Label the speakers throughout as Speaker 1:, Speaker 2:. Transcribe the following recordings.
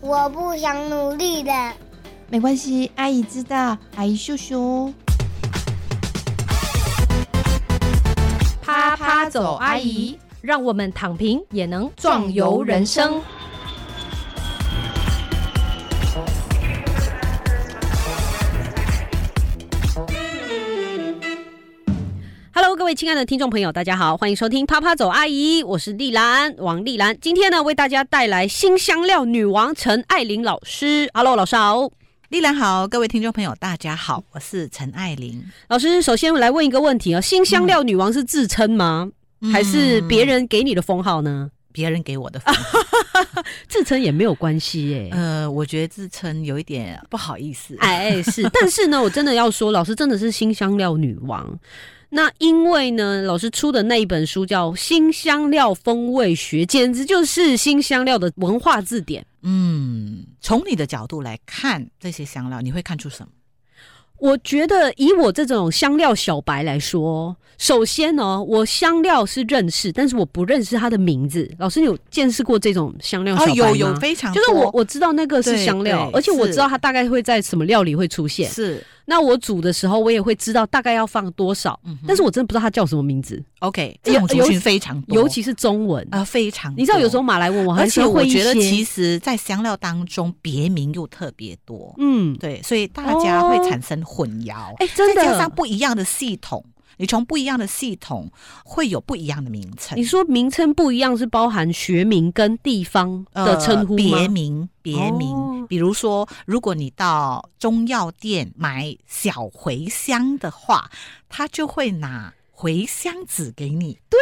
Speaker 1: 我不想努力的。
Speaker 2: 没关系，阿姨知道，阿姨秀哦秀。
Speaker 3: 啪啪走，阿姨，
Speaker 4: 让我们躺平也能
Speaker 3: 壮
Speaker 4: 壮
Speaker 3: 游
Speaker 4: 游
Speaker 3: 人
Speaker 4: 人
Speaker 3: 生
Speaker 4: 生。Hello，各位亲爱的听众朋友，大家好，欢迎收听《啪啪走阿姨》，我是丽兰王丽兰。今天呢，为大家带来新香料女王陈爱玲老师。Hello，老师好。
Speaker 5: 丽兰好，各位听众朋友，大家
Speaker 4: 嗯
Speaker 5: 好，我是陈爱玲。
Speaker 4: 老师，首先来问一个问题哦，新香料女王是自称吗？还是别人给你的封号呢？
Speaker 5: 嗯别人给我的封号？
Speaker 4: 自称也没有关系 耶、
Speaker 5: 呃，我觉得自称有一点不好意思。
Speaker 4: 哎，是， 但是呢，我真的要说，老师真的是新香料女王。那因为呢，老师出的那一本书叫《新香料风味学》，简直就是新香料的文化字典。
Speaker 5: 嗯，从你的角度来看这些香料，你会看出什么？
Speaker 4: 我觉得以我这种香料小白来说，首先呢，我香料是认识，但是我不认识它的名字。老师，你有见识过这种香料小白吗？
Speaker 5: 哦有有非常
Speaker 4: 就是我
Speaker 5: 多
Speaker 4: 我知道那个是
Speaker 5: 对
Speaker 4: 香料，
Speaker 5: 对
Speaker 4: 而且我
Speaker 5: 是
Speaker 4: 知道它大概会在什么料理会出现。
Speaker 5: 是
Speaker 4: 那我煮的时候，我也会知道大概要放多少，
Speaker 5: 嗯哼
Speaker 4: 但是我真的不知道它叫什么名字，
Speaker 5: OK，
Speaker 4: 尤
Speaker 5: 这种族
Speaker 4: 尤
Speaker 5: 群非常多，
Speaker 4: 尤其是中文。
Speaker 5: 哦啊、非常多。
Speaker 4: 你知道，有时候马来文我还
Speaker 5: 而
Speaker 4: 是
Speaker 5: 且我
Speaker 4: 会一
Speaker 5: 觉得，
Speaker 4: 些
Speaker 5: 其实，在香料当中，别名又特别多，
Speaker 4: 嗯，
Speaker 5: 对，所以大家会
Speaker 4: 哦
Speaker 5: 产生混淆。
Speaker 4: 哎、真
Speaker 5: 再加上
Speaker 4: 的，
Speaker 5: 不一样的系统，你从不一样的系统会有不一样的名称
Speaker 4: 你。说名称不一样是包含学名跟地方的称呼吗？
Speaker 5: 呃别名，别名。
Speaker 4: 哦
Speaker 5: 比如说，如果你到中药店买小茴香的话，他就会拿茴香籽给你。对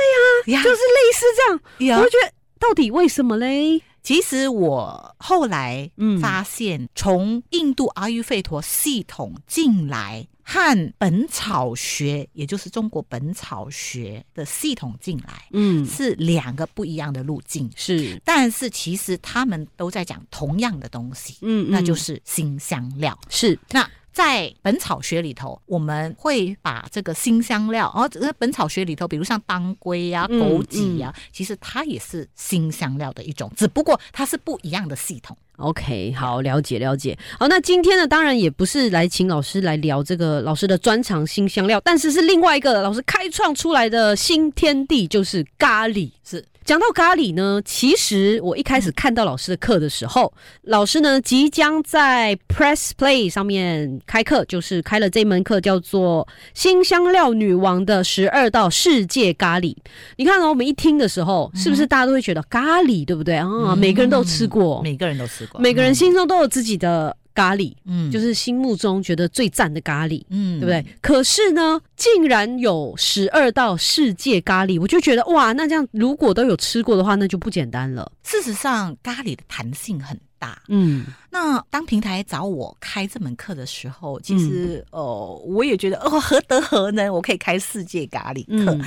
Speaker 5: 呀、
Speaker 4: 啊就是类似这样，
Speaker 5: 呀呀
Speaker 4: 我就觉得到底为什么嘞？
Speaker 5: 其实我后来
Speaker 4: 嗯
Speaker 5: 发现，从印度阿育吠陀系统进来和《本草学》，也就是中国《本草学》的系统进来，
Speaker 4: 嗯，
Speaker 5: 是两个不一样的路径。
Speaker 4: 是，
Speaker 5: 但是其实他们都在讲同样的东西，
Speaker 4: 嗯，
Speaker 5: 那就
Speaker 4: 嗯
Speaker 5: 是新香料。
Speaker 4: 是，
Speaker 5: 那在《本草学》里头，我们会把这个新香料，哦，这个《本草学》里头，比如像当归呀、
Speaker 4: 嗯
Speaker 5: 枸杞呀、其实它也是新香料的一种，只不过它是不一样的系统。
Speaker 4: OK，好，了解了解。好，那今天呢，当然也不是来请老师来聊这个老师的专长新香料，但是是另外一个老师开创出来的新天地，就是咖喱。
Speaker 5: 是
Speaker 4: 讲到咖喱呢，其实我一开始看到老师的课的时候，老师呢即将在 Press Play 上面开课，就是开了这门课叫做《新香料女王的十二道世界咖喱》。你看哦，我们一听的时候，是不是大家都会觉得咖喱对不对啊？
Speaker 5: 嗯
Speaker 4: 每个人都有吃过，
Speaker 5: 每个人都吃过，
Speaker 4: 每个人心中都有自己的咖喱，
Speaker 5: 嗯
Speaker 4: 就是心目中觉得最赞的咖喱，
Speaker 5: 嗯
Speaker 4: 对不对？？可是呢，竟然有十二道世界咖喱，我就觉得哇，那这样如果都有吃过的话，那就不简单了。
Speaker 5: 事实上，咖喱的弹性很大。
Speaker 4: 嗯，
Speaker 5: 那当平台找我开这门课的时候，其实、哦，我也觉得哦，何德何能，我可以开世界咖喱课。
Speaker 4: 嗯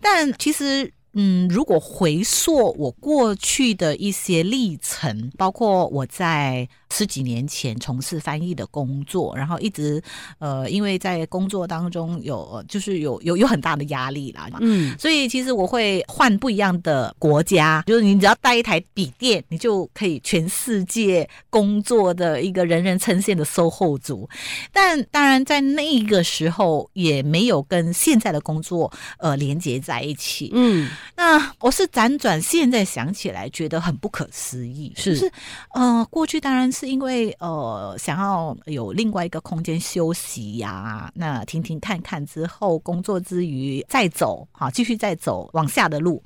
Speaker 5: 但其实。嗯，如果回溯我过去的一些历程，包括我在十几年前从事翻译的工作，然后一直呃，因为在工作当中有呃就是有有有很大的压力啦，
Speaker 4: 嗯，
Speaker 5: 所以其实我会换不一样的国家，就是你只要带一台笔电，你就可以全世界工作的一个人人称羡的售后族。但当然，在那个时候也没有跟现在的工作呃连接在一起。
Speaker 4: 嗯，
Speaker 5: 那我是辗转现在想起来，觉得很不可思议，
Speaker 4: 是
Speaker 5: 就是呃，过去当然是因为呃想要有另外一个空间休息呀、那停停看看之后，工作之余再走，好继续再走往下的路。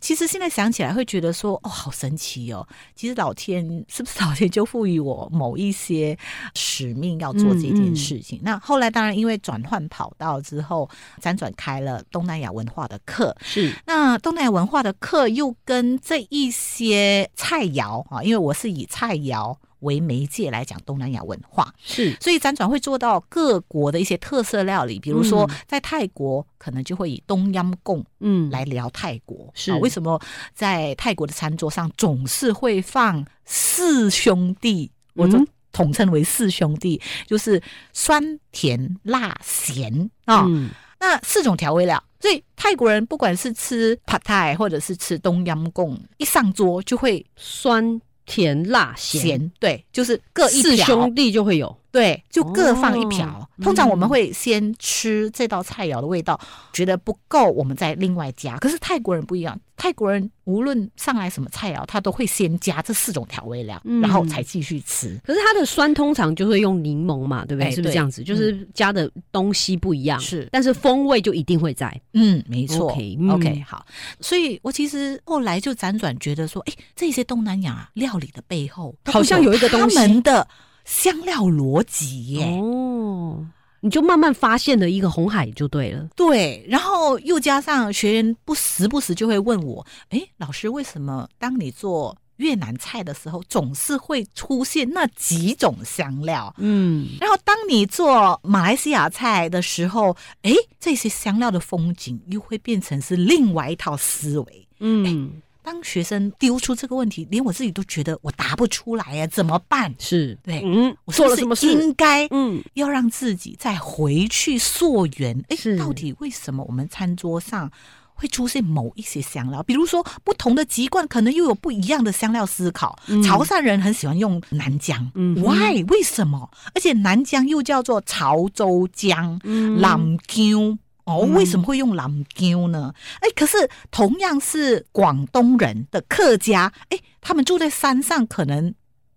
Speaker 5: 其实现在想起来会觉得说，哦，好神奇哦！其实老天是不是老天就赋予我某一些使命要做这件事情？那后来当然因为转换跑道之后，辗转开了东南亚文化的课，
Speaker 4: 是，
Speaker 5: 那东南亚文化的课又跟这一些菜肴啊，因为我是以菜肴为媒介来讲东南亚文化，
Speaker 4: 是，
Speaker 5: 所以辗转会做到各国的一些特色料理，比如说
Speaker 4: 嗯
Speaker 5: 在泰国可能就会以东央贡
Speaker 4: 嗯，
Speaker 5: 来聊泰国，
Speaker 4: 是
Speaker 5: 啊为什么在泰国的餐桌上总是会放四兄弟？我就
Speaker 4: 嗯
Speaker 5: 统称为四兄弟，就是酸甜辣咸啊。
Speaker 4: 嗯，
Speaker 5: 那四种调味料，所以泰国人不管是吃 p a 或者是吃东阳贡，一上桌就会
Speaker 4: 酸甜辣咸，
Speaker 5: 咸对，就是各一
Speaker 4: 四
Speaker 5: 瓢
Speaker 4: 兄弟就会有。
Speaker 5: 对，就各放一瓢。
Speaker 4: 哦
Speaker 5: 通常我们
Speaker 4: 嗯
Speaker 5: 会先吃这道菜肴的味道，觉得不够，我们再另外加。可是泰国人不一样，泰国人无论上来什么菜肴，他都会先加这四种调味料，
Speaker 4: 嗯
Speaker 5: 然后才继续吃。
Speaker 4: 可是它的酸通常就会用柠檬嘛，对不对？
Speaker 5: 哎
Speaker 4: 是不是这样子？就是加的东西不一样，
Speaker 5: 是
Speaker 4: 但是风味就一定会在。
Speaker 5: 嗯，没错。
Speaker 4: OK，嗯
Speaker 5: OK，好。所以我其实后来就辗转觉得说，哎，这些东南亚料理的背后，
Speaker 4: 好像有一个东西
Speaker 5: 他们的香料逻辑耶。
Speaker 4: 哦，你就慢慢发现了一个红海就对了。
Speaker 5: 对，然后又加上学员不时不时就会问我，诶，老师，为什么当你做越南菜的时候，总是会出现那几种香料？
Speaker 4: 嗯，
Speaker 5: 然后当你做马来西亚菜的时候，诶，这些香料的风景又会变成是另外一套思维。
Speaker 4: 嗯，
Speaker 5: 当学生丢出这个问题，连我自己都觉得我答不出来呀，怎么办？
Speaker 4: 是，
Speaker 5: 对
Speaker 4: 嗯，
Speaker 5: 我是
Speaker 4: 做
Speaker 5: 不
Speaker 4: 了
Speaker 5: 是
Speaker 4: 什么事？
Speaker 5: 应该
Speaker 4: 嗯，
Speaker 5: 要让自己再回去溯源，哎
Speaker 4: 是，
Speaker 5: 到底为什么我们餐桌上会出现某一些香料？比如说，不同的籍贯可能又有不一样的香料思考。
Speaker 4: 嗯
Speaker 5: 潮汕人很喜欢用南姜、
Speaker 4: 嗯哼
Speaker 5: w h y 为什么？而且南姜又叫做潮州姜、
Speaker 4: 嗯
Speaker 5: 南姜。哦，为什么会用南姜呢？哎，可是同样是广东人的客家，哎，他们住在山上，可能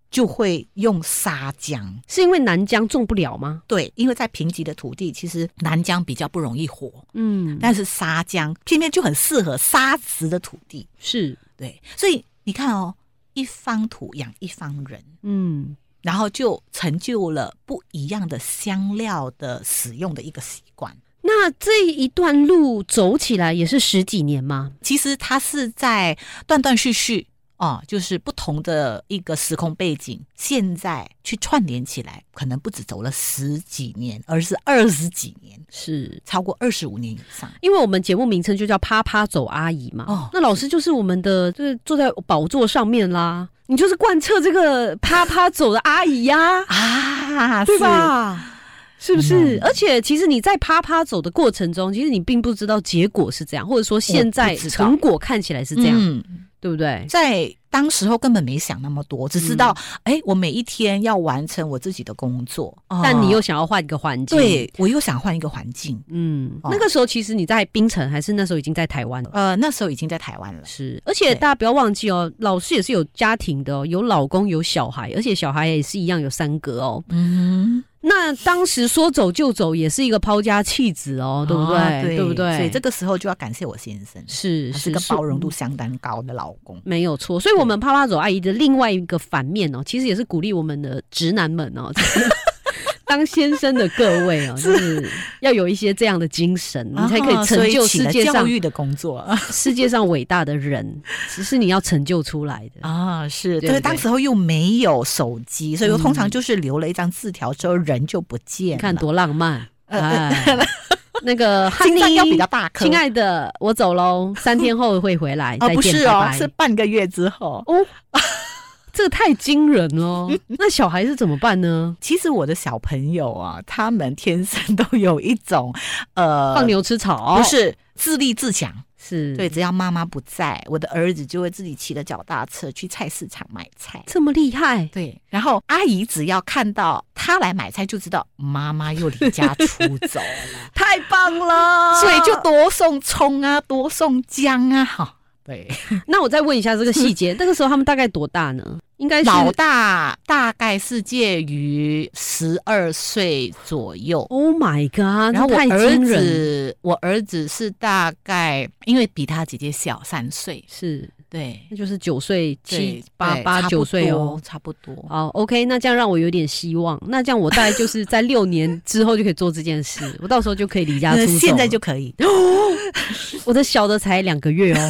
Speaker 5: 就会用沙姜。
Speaker 4: 是因为南疆种不了吗？
Speaker 5: 对，因为在贫瘠的土地，其实南姜比较不容易活，
Speaker 4: 嗯，
Speaker 5: 但是沙姜偏偏就很适合沙质的土地。
Speaker 4: 是，
Speaker 5: 对，所以你看哦，一方土养一方人，
Speaker 4: 嗯，
Speaker 5: 然后就成就了不一样的香料的使用的一个习惯。
Speaker 4: 那这一段路走起来也是十几年吗？
Speaker 5: 其实它是在断断续续哦，就是不同的一个时空背景，现在去串联起来，可能不止走了十几年，而是二十几年，
Speaker 4: 是。
Speaker 5: 超过二十五年以上。
Speaker 4: 因为我们节目名称就叫“啪啪走阿姨”嘛，
Speaker 5: 哦
Speaker 4: 那老师就是我们的，就是坐在宝座上面啦，你就是贯彻这个“啪啪走”的阿姨呀、
Speaker 5: 啊，
Speaker 4: 对
Speaker 5: 是？
Speaker 4: 吧？是不是？
Speaker 5: 嗯
Speaker 4: 而且其实你在啪啪走的过程中，其实你并不知道结果是这样，或者说现在
Speaker 5: 我不知道
Speaker 4: 成果看起来是这样，
Speaker 5: 嗯
Speaker 4: 对不对？
Speaker 5: 在当时候根本没想那么多，只知道
Speaker 4: 嗯
Speaker 5: 哎、诶我每一天要完成我自己的工作，哦
Speaker 4: 但你又想要换一个环境，，
Speaker 5: 对我又想换一个环境。
Speaker 4: 嗯，
Speaker 5: 哦
Speaker 4: 那个时候其实你在槟城，还是那时候已经在台湾了。
Speaker 5: 呃，那时候已经在台湾了，
Speaker 4: 是，而且
Speaker 5: 对
Speaker 4: 大家不要忘记哦，老师也是有家庭的哦，有老公有小孩，而且小孩也是一样有三个哦。
Speaker 5: 嗯，
Speaker 4: 那当时说走就走，也是一个抛家弃子哦，对不对？
Speaker 5: 啊
Speaker 4: 对不对？
Speaker 5: 所以这个时候就要感谢我先生，
Speaker 4: 是嗯
Speaker 5: 他是个包容度相当高的老公。
Speaker 4: 没有错，所以，我们啪啪走阿姨的另外一个反面哦，其实也是鼓励我们的直男们哦， 就是当先生的各位哦，就是要有一些这样的精神，你才可以
Speaker 5: 啊
Speaker 4: 成
Speaker 5: 所
Speaker 4: 就
Speaker 5: 起
Speaker 4: 世
Speaker 5: 了
Speaker 4: 界
Speaker 5: 教
Speaker 4: 上
Speaker 5: 育的工作
Speaker 4: 世界上伟大的人，只是你要成就出来的。
Speaker 5: 啊，是，
Speaker 4: 对
Speaker 5: 对，
Speaker 4: 对
Speaker 5: 当时候又没有手机，所以我通常
Speaker 4: 嗯
Speaker 5: 就是留了一张字条之后人就不见
Speaker 4: 你
Speaker 5: 了。
Speaker 4: 看多浪漫，
Speaker 5: 呃
Speaker 4: 哎， 那个汉
Speaker 5: 心脏
Speaker 4: 妮
Speaker 5: 要比较大颗，
Speaker 4: 亲爱的，我走喽，三天后会回来，
Speaker 5: 啊，
Speaker 4: 再
Speaker 5: 不
Speaker 4: 见，
Speaker 5: 是
Speaker 4: 拜
Speaker 5: 哦，
Speaker 4: 拜
Speaker 5: 是半个月之后。
Speaker 4: 哦， 这个太惊人了。那小孩是怎么办呢？
Speaker 5: 其实我的小朋友啊，他们天生都有一种，呃，
Speaker 4: 放牛吃嗯草？哦
Speaker 5: 不是自立自强。
Speaker 4: 是
Speaker 5: 对，只要妈妈不在，我的儿子就会自己骑着脚踏车去菜市场买菜。
Speaker 4: 这么厉害，
Speaker 5: 对，然后阿姨只要看到他来买菜，就知道妈妈又离家出 走了，
Speaker 4: 太棒了
Speaker 5: 所以就多送葱啊，多送姜啊，哈。对，
Speaker 4: 那我再问一下这个细节，那个时候他们大概多大呢？应该是
Speaker 5: 老大大概是介于十二岁左右，
Speaker 4: Oh my god！
Speaker 5: 然后
Speaker 4: 这
Speaker 5: 我
Speaker 4: 太
Speaker 5: 儿
Speaker 4: 惊人
Speaker 5: 子，我儿子是大概因为比他姐姐小三岁，
Speaker 4: 是，
Speaker 5: 对，
Speaker 4: 那就是九岁、
Speaker 5: 对
Speaker 4: 七八
Speaker 5: 对
Speaker 4: 八
Speaker 5: 差不
Speaker 4: 九岁哦
Speaker 5: 多。差不多。
Speaker 4: 好，OK，那这样让我有点希望。那这样我大概就是在六年之后就可以做这件事， 我到时候就可以离家出
Speaker 5: 那
Speaker 4: 走了。
Speaker 5: 现在就可 以，
Speaker 4: 我的小的才两个月 哦，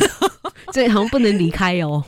Speaker 4: 所以好像不能离开哦。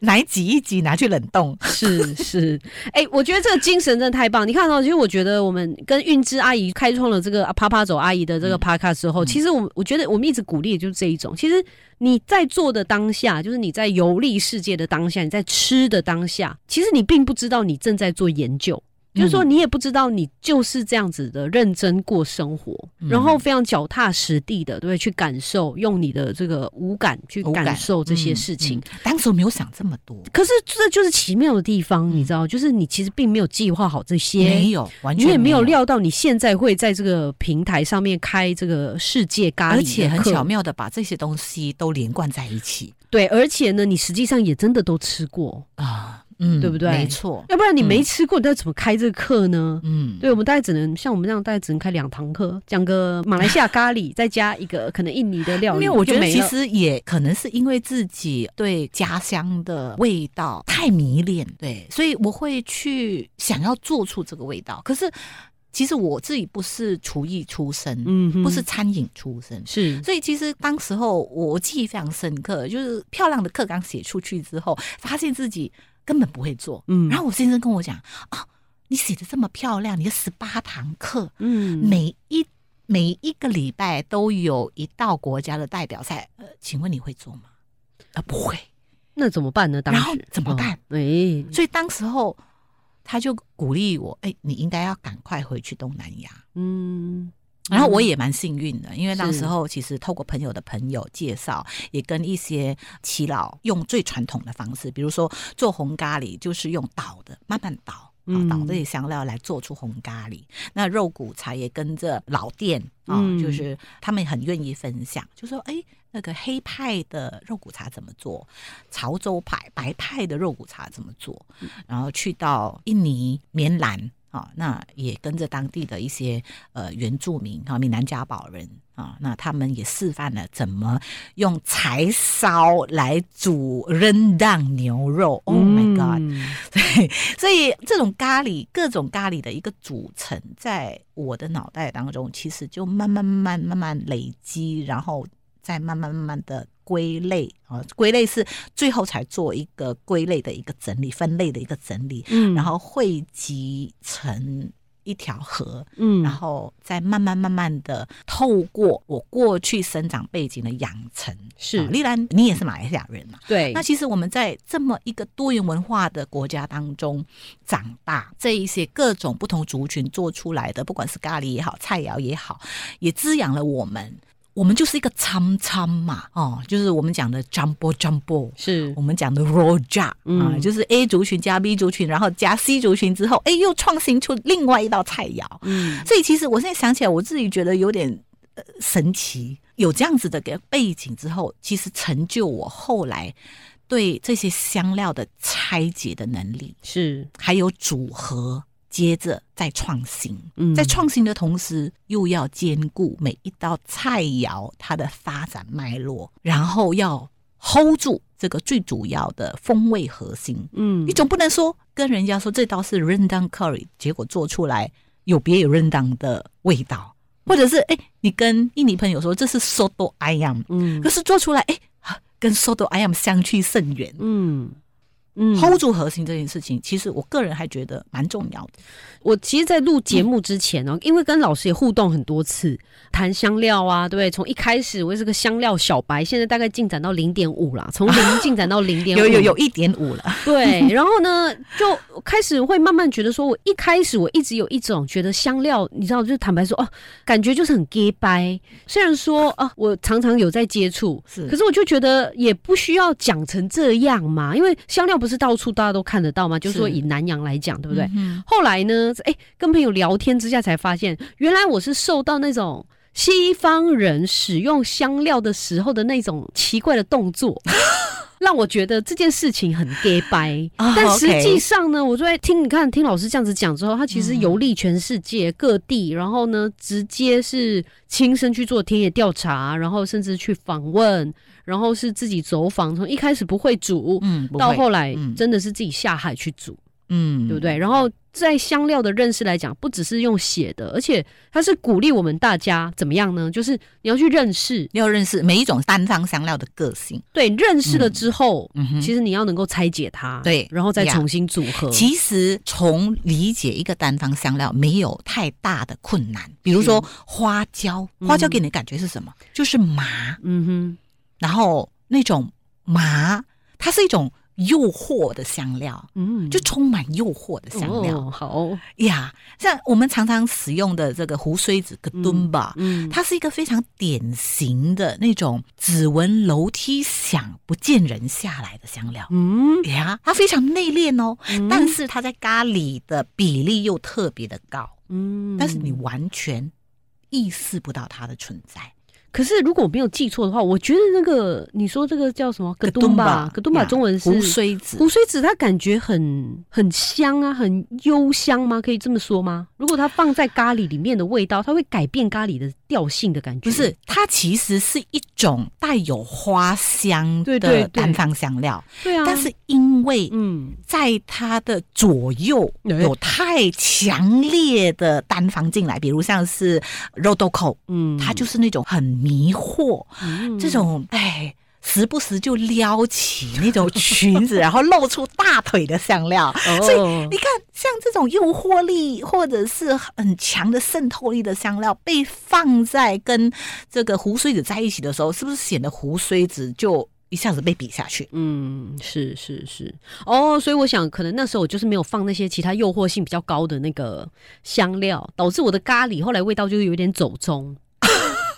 Speaker 5: 奶挤一挤，拿去冷冻。
Speaker 4: 是是，哎、我觉得这个精神真的太棒。你看到、其实我觉得我们跟韵之阿姨开创了这个啊啪啪走阿姨的这个 p 卡之后，
Speaker 5: 嗯
Speaker 4: 其实我们我觉得我们一直鼓励的就是这一种。其实你在做的当下，就是你在游历世界的当下，你在吃的当下，其实你并不知道你正在做研究。就是
Speaker 5: 嗯
Speaker 4: 说你也不知道你就是这样子的认真过生活，
Speaker 5: 嗯
Speaker 4: 然后非常脚踏实地的，对，去感受，用你的这个五感去
Speaker 5: 无
Speaker 4: 感受这些事情。
Speaker 5: 嗯嗯当时我没有想这么多，
Speaker 4: 可是这就是奇妙的地方，你知道，就是你其实并没有计划好这
Speaker 5: 嗯没
Speaker 4: 些。
Speaker 5: 有，完
Speaker 4: 你
Speaker 5: 全
Speaker 4: 也没
Speaker 5: 有
Speaker 4: 有，料到你现在会在这个平台上面开这个世界咖喱的
Speaker 5: 而且很
Speaker 4: 课
Speaker 5: 巧妙的把这些东西都连贯在一起
Speaker 4: 对，而且呢，你实际上也真的都吃过，
Speaker 5: 啊，嗯
Speaker 4: 对不对
Speaker 5: 没错，
Speaker 4: 要不然你
Speaker 5: 嗯
Speaker 4: 没吃过，你要怎么开这个课呢？
Speaker 5: 嗯，
Speaker 4: 对，我们大概只能像我们这样，大概只能开两堂课，讲个马来西亚咖喱，再加一个可能印尼的料
Speaker 5: 因
Speaker 4: 理。
Speaker 5: 为我觉
Speaker 4: 就
Speaker 5: 得
Speaker 4: 没
Speaker 5: 其
Speaker 4: 了
Speaker 5: 实也可能是因为自己对家乡的味道太迷恋，对，所以我会去想要做出这个味道。可是其实我自己不是厨艺出身，
Speaker 4: 嗯哼，
Speaker 5: 不是餐饮出身。
Speaker 4: 是
Speaker 5: 所以其实当时候我记忆非常深刻，就是漂亮的课纲写出去之后，发现自己根本不会做。
Speaker 4: 嗯
Speaker 5: 然后我先生跟我讲啊，你写的这么漂亮，你的十八堂课，
Speaker 4: 嗯
Speaker 5: 每一每一个礼拜都有一道国家的代表赛，呃，请问你会做吗？啊，不会。
Speaker 4: 那怎么办呢？当
Speaker 5: 然后
Speaker 4: 时
Speaker 5: 怎么办？
Speaker 4: 哦哎、
Speaker 5: 所以当时候他就鼓励我，哎、你应该要赶快回去东南亚。
Speaker 4: 嗯，
Speaker 5: 然后我也蛮幸运的，因为当
Speaker 4: 是
Speaker 5: 时候其实透过朋友的朋友介绍，也跟一些耆老用最传统的方式，比如说做红咖喱，就是用捣的，慢慢捣。啊
Speaker 4: 嗯
Speaker 5: 捣这些香料来做出红咖喱，那肉骨茶也跟着老店啊、
Speaker 4: 嗯
Speaker 5: 就是他们很愿意分享，就说哎、那个黑派的肉骨茶怎么做，潮州派白派的肉骨茶怎么做，然后去到印尼棉兰啊，那也跟着当地的一些呃原住民啊，闽南家宝人啊，那他们也示范了怎么用柴烧来煮扔当牛肉。Oh my god！、对， 所以这种咖喱各种咖喱的一个组成，在我的脑袋当中，其实就慢慢慢慢慢慢累积，然后再慢慢慢慢的归类啊，归类是最后才做一个归类的一个整理、分类的一个整理，
Speaker 4: 嗯
Speaker 5: 然后汇集成一条河，
Speaker 4: 嗯
Speaker 5: 然后再慢慢慢慢的透过我过去生长背景的养成，
Speaker 4: 是
Speaker 5: 啊丽兰，你也是马来西亚人啊嘛？
Speaker 4: 对，
Speaker 5: 那其实我们在这么一个多元文化的国家当中长大，这一些各种不同族群做出来的，不管是咖喱也好，菜肴也好，也滋养了我们。我们就是一个参参嘛，哦，就是我们讲的 jumbo jumbo，
Speaker 4: 是
Speaker 5: 我们讲的 raw jar 啊、
Speaker 4: 嗯
Speaker 5: 就是 A 族群加 B 族群，然后加 C 族群之后，哎，又创新出另外一道菜肴。
Speaker 4: 嗯
Speaker 5: 所以其实我现在想起来，我自己觉得有点、呃、神奇。有这样子的个背景之后，其实成就我后来对这些香料的拆解的能力，
Speaker 4: 是
Speaker 5: 还有组合，接着再创新。
Speaker 4: 嗯
Speaker 5: 在创新的同时，又要兼顾每一道菜肴它的发展脉络，然后要 hold 住这个最主要的风味核心。
Speaker 4: 嗯
Speaker 5: 你总不能说跟人家说这道是 rendang curry，结果做出来有别有 rendang 的味道，或者是哎、你跟印尼朋友说这是 soto ayam，
Speaker 4: 嗯
Speaker 5: 可是做出来哎、啊跟 soto ayam 相去甚远。
Speaker 4: 嗯嗯
Speaker 5: hold 住核心这件事情，其实我个人还觉得蛮重要的。
Speaker 4: 我其实，在录
Speaker 5: 嗯
Speaker 4: 节目之前呢、哦因为跟老师也互动很多次，谈香料啊，对不对？从一开始我也是个香料小白，现在大概进展到零点五啦，从零进展到零点五，
Speaker 5: 有有有，一点五了，
Speaker 4: 对。然后呢，就开始会慢慢觉得说，我一开始我一直有一种觉得香料，你知道，就是坦白说，哦，感觉就是很 gay 掰。虽然说啊，我常常有在接触，
Speaker 5: 是
Speaker 4: 可是我就觉得也不需要讲成这样嘛，因为香料不是到处大家都看得到嘛，就是说
Speaker 5: 是
Speaker 4: 以南洋来讲，对
Speaker 5: 对
Speaker 4: 不对？？后来呢，哎、跟朋友聊天之下才发现，原来我是受到那种西方人使用香料的时候的那种奇怪的动 作。让我觉得这件事情很 gay 掰，
Speaker 5: 啊
Speaker 4: 但实
Speaker 5: OK
Speaker 4: 际上呢，我就在听你看听老师这样子讲之后，他其实
Speaker 5: 嗯
Speaker 4: 游历全世界各地，然后呢，直接是亲身去做田野调查，然后甚至去访问，然后是自己走访，从一开始不会煮，
Speaker 5: 嗯，
Speaker 4: 到后来
Speaker 5: 嗯
Speaker 4: 真的是自己下海去煮。
Speaker 5: 嗯，
Speaker 4: 对不对？然后在香料的认识来讲，不只是用写的，而且它是鼓励我们大家怎么样呢？就是你要去认识，
Speaker 5: 要认识每一种单张香料的个性。
Speaker 4: 对，认识了之后，
Speaker 5: 嗯哼
Speaker 4: 其实你要能够拆解它，
Speaker 5: 对
Speaker 4: 然后再
Speaker 5: 呀
Speaker 4: 重新组合。
Speaker 5: 其实从理解一个单方香料没有太大的困难，比如说花椒，
Speaker 4: 嗯
Speaker 5: 花椒给你的感觉是什么？就是麻，
Speaker 4: 嗯哼，
Speaker 5: 然后那种麻，它是一种诱惑的香料，
Speaker 4: 嗯
Speaker 5: 就充满诱惑的香料、
Speaker 4: 哦
Speaker 5: 啊
Speaker 4: 好，
Speaker 5: 呀。像我们常常使用的这个胡荽子格敦吧，
Speaker 4: 嗯，
Speaker 5: 它是一个非常典型的那种只闻楼梯响不见人下来的香料。
Speaker 4: 嗯，
Speaker 5: 呀，它非常内敛哦，
Speaker 4: 嗯
Speaker 5: 但是它在咖喱的比例又特别的高，
Speaker 4: 嗯
Speaker 5: 但是你完全意识不到它的存在。
Speaker 4: 可是如果我没有记错的话，我觉得那个你说这个叫什么？葛东吧，葛东吧，
Speaker 5: 呀
Speaker 4: 中文是
Speaker 5: 胡荽子，
Speaker 4: 胡荽子，它感觉很很香啊，很幽香吗？可以这么说吗？如果它放在咖喱里面的味道，它会改变咖喱的调性的感觉。
Speaker 5: 不是，它其实是一种带有花香
Speaker 4: 对对
Speaker 5: 的
Speaker 4: 对
Speaker 5: 单方香料，
Speaker 4: 对啊，
Speaker 5: 但是因为
Speaker 4: 嗯，
Speaker 5: 在它的左右
Speaker 4: 哎
Speaker 5: 有太强烈的单方进来，比如像是肉豆蔻，
Speaker 4: 嗯，
Speaker 5: 它就是那种很迷惑，
Speaker 4: 嗯
Speaker 5: 这种哎。时不时就撩起那种裙子，然后露出大腿的香料，
Speaker 4: 哦
Speaker 5: 所以你看，像这种诱惑力或者是很强的渗透力的香料，被放在跟这个胡荽子在一起的时候，是不是显得胡荽子就一下子被比下去？
Speaker 4: 嗯，是是是，哦，所以我想，可能那时候我就是没有放那些其他诱惑性比较高的那个香料，导致我的咖喱后来味道就是有点走 中。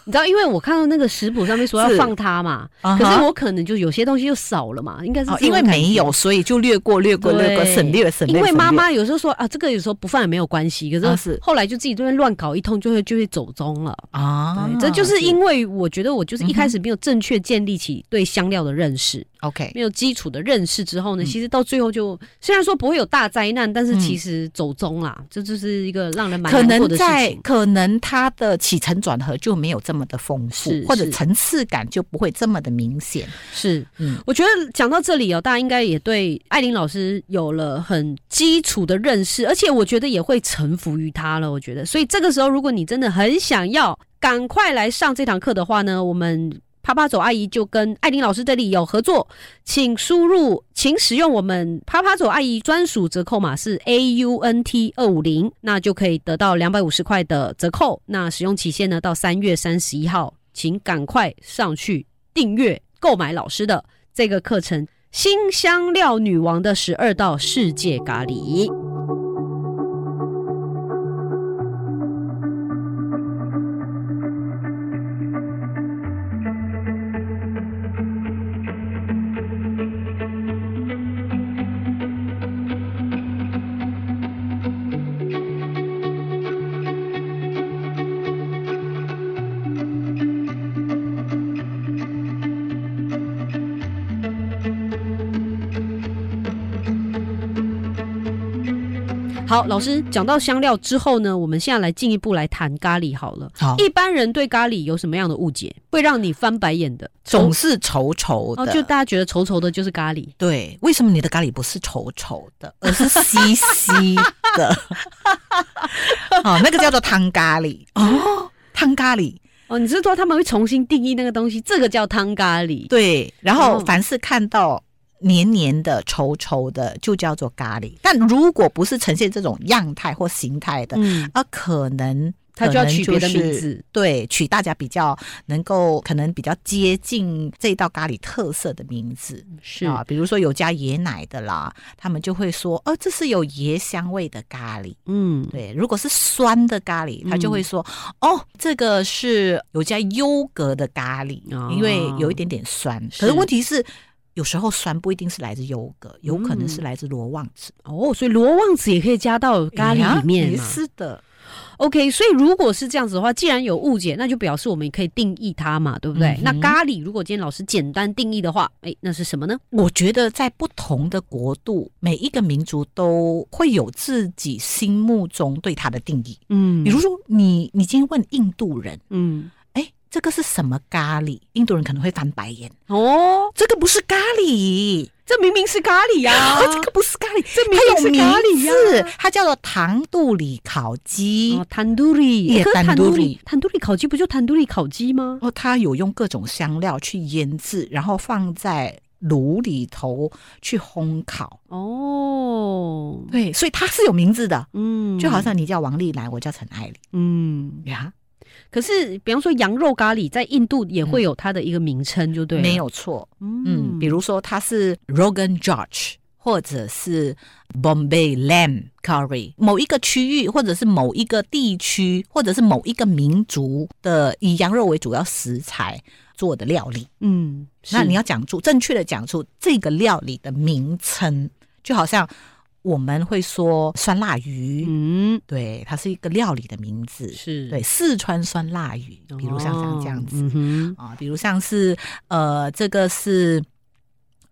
Speaker 4: 你知道，因为我看到那个食谱上面说要
Speaker 5: 是
Speaker 4: 放它嘛，
Speaker 5: 啊
Speaker 4: 可
Speaker 5: 哈
Speaker 4: 是我可能就有些东西就少了嘛，应该是、
Speaker 5: 哦，因为没有，。所以就略过、略过、略过、
Speaker 4: 对
Speaker 5: 省略、省略。
Speaker 4: 因为妈
Speaker 5: 省略
Speaker 4: 妈有时候说啊，这个有时候不放也没有关系，可
Speaker 5: 啊
Speaker 4: 是
Speaker 5: 是
Speaker 4: 后来就自己这边乱搞一通，就会就会走中了。
Speaker 5: 啊
Speaker 4: 对，，这就是因为我觉得我就是一开始没有正确建立起对香料的认识，
Speaker 5: OK
Speaker 4: 没有基础的认识之后呢，
Speaker 5: 嗯
Speaker 4: 其实到最后就虽然说不会有大灾难，但是
Speaker 5: 嗯
Speaker 4: 其实走中啦，这就是一个让人蛮
Speaker 5: 可
Speaker 4: 难过的
Speaker 5: 能
Speaker 4: 事
Speaker 5: 在
Speaker 4: 情。
Speaker 5: 可能它的起承转合就没有这么的丰富
Speaker 4: 是，
Speaker 5: 或者
Speaker 4: 是
Speaker 5: 层次感就不会这么的明显。
Speaker 4: 是，
Speaker 5: 嗯
Speaker 4: 我觉得讲到这里哦，大家应该也对艾琳老师有了很基础的认识，而且我觉得也会臣服于她了。我觉得，所以这个时候，如果你真的很想要赶快来上这堂课的话呢，我们。啪啪走阿姨就跟艾琳老师这里有合作，请输入，请使用我们啪啪走阿姨专属折扣码是 A U N T 二五零，那就可以得到两百五十块的折扣。那使用期限呢到三月三十一号，请赶快上去订阅购买老师的这个课程《新香料女王的十二道世界咖喱》。好，老师讲到香料之后呢，我们现在来进一步来谈咖喱好了。
Speaker 5: 好
Speaker 4: 一般人对咖喱有什么样的误解，会让你翻白眼的？
Speaker 5: 总是稠稠
Speaker 4: 哦，
Speaker 5: 的，
Speaker 4: 就大家觉得稠稠的就是咖喱。
Speaker 5: 对，为什么你的咖喱不是稠稠的，而是稀稀的？ 哦，那个叫做汤咖喱哦，汤咖喱
Speaker 4: 哦，你是说他们会重新定义那个东西？这个叫汤咖喱。
Speaker 5: 对。然后
Speaker 4: 嗯
Speaker 5: 凡是看到黏黏的、稠稠的，就叫做咖喱。但如果不是呈现这种样态或形态的，
Speaker 4: 嗯，
Speaker 5: 啊，可能
Speaker 4: 它就要取别的
Speaker 5: 可能就是
Speaker 4: 名字
Speaker 5: 对，取大家比较能够可能比较接近这道咖喱特色的名字。
Speaker 4: 是
Speaker 5: 啊，比如说有加椰奶的啦，他们就会说，哦，这是有椰香味的咖喱。
Speaker 4: 嗯，
Speaker 5: 对，如果是酸的咖喱，他就会
Speaker 4: 嗯
Speaker 5: 说，哦，这个是有加优格的咖喱，因为有一点点酸。可
Speaker 4: 哦是
Speaker 5: 是问题是，有时候酸不一定是来自优格，有可能是
Speaker 4: 嗯
Speaker 5: 来自罗旺子、哎
Speaker 4: 哦，所以罗旺子也可以加到咖喱里面啊
Speaker 5: 也
Speaker 4: 嘛。
Speaker 5: 是的，
Speaker 4: OK，所以如果是这样子的话，既然有误解，那就表示我们也可以定义它嘛，对不对？
Speaker 5: 嗯哼
Speaker 4: 那咖喱如果今天老师简单定义的话，哎，那是什么呢？
Speaker 5: 我觉得在不同的国度，每一个民族都会有自己心目中对它的定义。
Speaker 4: 嗯
Speaker 5: 比如说你，你今天问印度人，
Speaker 4: 嗯，
Speaker 5: 哎，这个是什么咖喱？印度人可能会翻白眼，
Speaker 4: 哦，
Speaker 5: 这个不是咖喱，
Speaker 4: 这明明是咖喱呀、
Speaker 5: 啊，这个不是咖喱，
Speaker 4: 这明
Speaker 5: 它
Speaker 4: 明
Speaker 5: 有
Speaker 4: 是
Speaker 5: 名
Speaker 4: 咖喱
Speaker 5: 字，
Speaker 4: 呀、
Speaker 5: 它叫做糖杜里烤鸡
Speaker 4: 哦，。坦杜里，
Speaker 5: 也
Speaker 4: 可是坦杜里
Speaker 5: tandoori，
Speaker 4: 坦杜里烤鸡不就坦杜里烤鸡吗？
Speaker 5: 哦，它有用各种香料去腌制，然后放在炉里头去烘烤。
Speaker 4: 哦，
Speaker 5: 对，所以它是有名字的，
Speaker 4: 嗯
Speaker 5: 就好像你叫王丽兰，我叫陈爱玲
Speaker 4: 嗯，
Speaker 5: 呀。
Speaker 4: 可是，比方说羊肉咖喱，在印度也会有它的一个名称，就对、了
Speaker 5: 嗯
Speaker 4: 啊
Speaker 5: 没，有错。嗯，
Speaker 4: 嗯
Speaker 5: 比如说它是 Rogan George，或者是 Bombay Lamb Curry，某一个区域，或者是某一个地区，或者是某一个民族的以羊肉为主要食材做的料理。
Speaker 4: 嗯，
Speaker 5: 那
Speaker 4: 是
Speaker 5: 你要讲出正确的讲出这个料理的名称，就好像我们会说酸辣鱼，
Speaker 4: 嗯
Speaker 5: 对，它是一个料理的名字。
Speaker 4: 是
Speaker 5: 对，，四川酸辣鱼，比如像像这样子。
Speaker 4: 哦嗯哼
Speaker 5: 啊，比如像是呃，这个是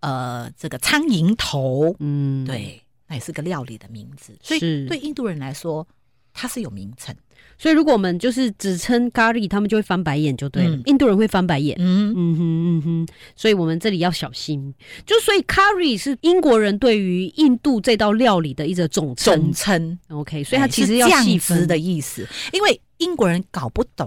Speaker 5: 呃，这个苍蝇头，
Speaker 4: 嗯，
Speaker 5: 对，那也是个料理的名字，所以
Speaker 4: 是
Speaker 5: 对印度人来说，它是有名称。
Speaker 4: 所以如果我们就是只称咖喱，他们就会翻白眼，就对了。
Speaker 5: 嗯
Speaker 4: 印度人会翻白眼。
Speaker 5: 嗯，
Speaker 4: 嗯哼嗯哼，所以我们这里要小心。就所以 curry 是英国人对于印度这道料理的一个总
Speaker 5: 总
Speaker 4: 称
Speaker 5: 称，
Speaker 4: ，OK，所以它
Speaker 5: 哎
Speaker 4: 其
Speaker 5: 是
Speaker 4: 实要
Speaker 5: 酱
Speaker 4: 细
Speaker 5: 汁
Speaker 4: 分
Speaker 5: 的。意思，因为英国人搞不懂。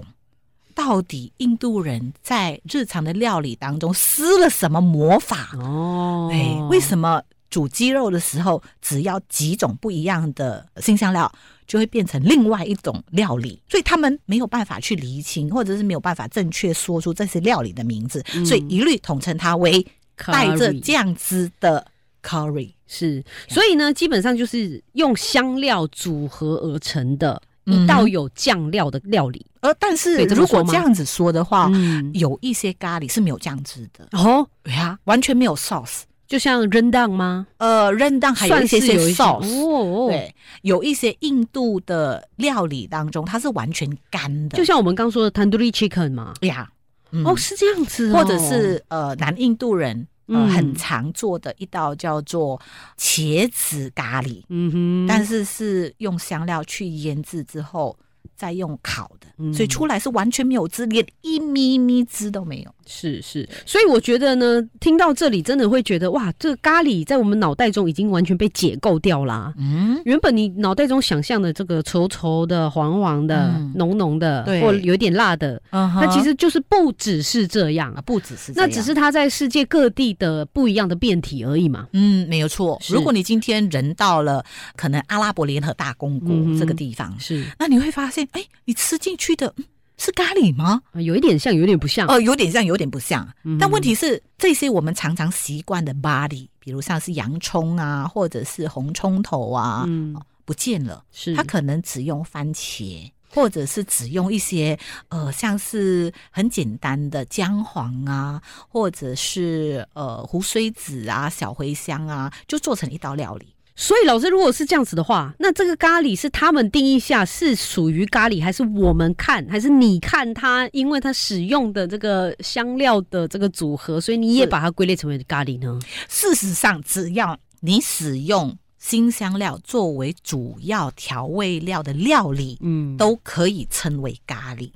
Speaker 5: 到底印度人在日常的料理当中施了什么魔法？
Speaker 4: 哦，
Speaker 5: 哎，为什么煮鸡肉的时候，只要几种不一样的新香料，就会变成另外一种料理？所以他们没有办法去厘清，或者是没有办法正确说出这些料理的名字，
Speaker 4: 嗯
Speaker 5: 所以一律统称它为带着
Speaker 4: Curry
Speaker 5: 酱汁的 curry。
Speaker 4: 是，所以呢，基本上就是用香料组合而成的
Speaker 5: 嗯
Speaker 4: 一道有酱料的料理。
Speaker 5: 而但是
Speaker 4: 可以这么
Speaker 5: 如果
Speaker 4: 说吗
Speaker 5: 这样子说的话，
Speaker 4: 嗯，哦
Speaker 5: 有一些咖喱是没有酱汁的，
Speaker 4: 然后
Speaker 5: 对啊，完全没有 sauce。
Speaker 4: 就像扔蛋吗？
Speaker 5: 呃，认当还有一些些
Speaker 4: 算是有
Speaker 5: sauce。
Speaker 4: 哦，
Speaker 5: 对，有一些印度的料理当中，它是完全干的，
Speaker 4: 就像我们刚说的 tandoori chicken 嘛。
Speaker 5: 呀，嗯
Speaker 4: 哦，是这样子哦，
Speaker 5: 或者是呃，南印度人呃
Speaker 4: 嗯
Speaker 5: 很常做的一道叫做茄子咖喱，
Speaker 4: 嗯哼，
Speaker 5: 但是是用香料去腌制之后再用烤的，
Speaker 4: 嗯
Speaker 5: 所以出来是完全没有汁，连一咪咪汁都没有。
Speaker 4: 是是，所以我觉得呢，听到这里真的会觉得哇，这个咖喱在我们脑袋中已经完全被解构掉啦。
Speaker 5: 嗯，
Speaker 4: 原本你脑袋中想象的这个稠稠的、黄黄的、
Speaker 5: 嗯
Speaker 4: 浓浓的，
Speaker 5: 对
Speaker 4: 或有点辣的，它
Speaker 5: 它
Speaker 4: 其实就是不只是这样，
Speaker 5: 嗯啊不只是这
Speaker 4: 那
Speaker 5: 样
Speaker 4: 啊只是它在世界各地的不一样的变体而已嘛。
Speaker 5: 嗯，没有错。
Speaker 4: 是
Speaker 5: 如果你今天人到了可能阿拉伯联合大公国
Speaker 4: 嗯哼
Speaker 5: 这个地方，
Speaker 4: 是，
Speaker 5: 那你会发现，哎，你吃进去的嗯是咖喱吗？
Speaker 4: 呃有一点像，有一点不像。
Speaker 5: 呃，有点像，有点不像。
Speaker 4: 嗯
Speaker 5: 但问题是，这些我们常常习惯的 body，比如像是洋葱啊，或者是红葱头啊，
Speaker 4: 嗯，
Speaker 5: 不见了。
Speaker 4: 是
Speaker 5: 它可能只用番茄，或者是只用一些呃，像是很简单的姜黄啊，或者是呃胡荽子啊、小茴香啊，就做成一道料理。
Speaker 4: 所以老师，如果是这样子的话，那这个咖喱是他们定义下是属于咖喱，还是我们看，还是你看它，因为它使用的这个香料的这个组合，所以你也
Speaker 5: 是
Speaker 4: 把它归类成为咖喱呢？
Speaker 5: 事实上，只要你使用新香料作为主要调味料的料理，
Speaker 4: 嗯，
Speaker 5: 都可以称为咖喱。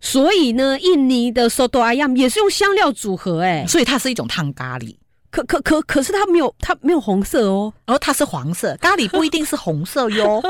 Speaker 4: 所以呢，印尼的 soto ayam 也是用香料组合、哎，
Speaker 5: 所以它是一种烫咖喱。
Speaker 4: 可可可可是它没有它没有红色哦，
Speaker 5: 然后它是黄色，咖喱不一定是红色哟。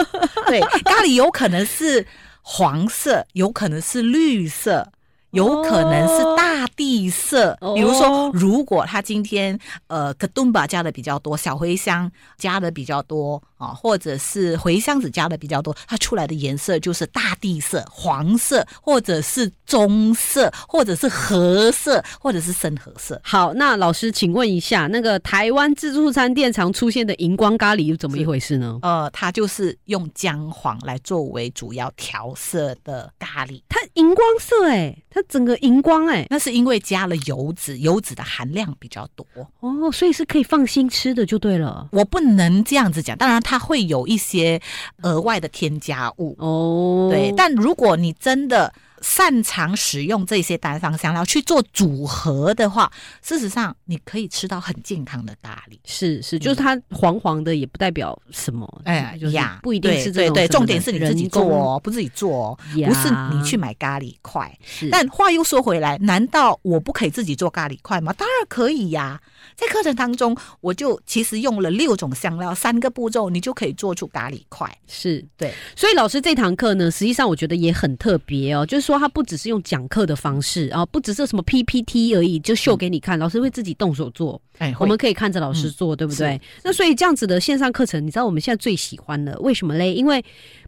Speaker 5: 对，咖喱有可能是黄色，有可能是绿色，有可能是大地色。
Speaker 4: 哦
Speaker 5: 比如说，如果他今天呃，可顿巴加的比较多，小茴香加的比较多啊，或者是茴香子加的比较多，它出来的颜色就是大地色、黄色，或者是棕色，或者是褐色，或者是深褐色。
Speaker 4: 好，那老师，请问一下，那个台湾自助餐店常出现的荧光咖喱又怎么一回事呢？
Speaker 5: 呃，它就是用姜黄来作为主要调色的咖喱。
Speaker 4: 它荧光色、哎，它整个荧光、哎，
Speaker 5: 那是因为加了油脂，油脂的含量比较多。
Speaker 4: 哦，所以是可以放心吃的就对了。
Speaker 5: 我不能这样子讲，当然它会有一些额外的添加物。
Speaker 4: 哦，
Speaker 5: 对，但如果你真的擅长使用这些单方香料去做组合的话，事实上你可以吃到很健康的咖喱。
Speaker 4: 是是，就是它黄黄的也不代表什么，
Speaker 5: 嗯哎
Speaker 4: 就是
Speaker 5: 呀，
Speaker 4: 不一定是这种
Speaker 5: 对对对，
Speaker 4: 什么
Speaker 5: 重点是你自己做
Speaker 4: 人工，
Speaker 5: 哦，不自己做哦，
Speaker 4: 呀
Speaker 5: 不是你去买咖喱块。
Speaker 4: 是
Speaker 5: 但话又说回来，难道我不可以自己做咖喱块吗？当然可以呀、在课程当中，我就其实用了六种香料，三个步骤，你就可以做出咖喱块。
Speaker 4: 是
Speaker 5: 对，
Speaker 4: 所以老师这堂课呢，实际上我觉得也很特别哦，就是说它不只是用讲课的方式啊，不只是什么 PPT 而已，就秀给你看，老师会自己动手做，
Speaker 5: 哎，
Speaker 4: 我们可以看着老师
Speaker 5: 嗯
Speaker 4: 做，对不对
Speaker 5: 是？
Speaker 4: 那所以这样子的线上课程，你知道我们现在最喜欢了，为什么嘞？因为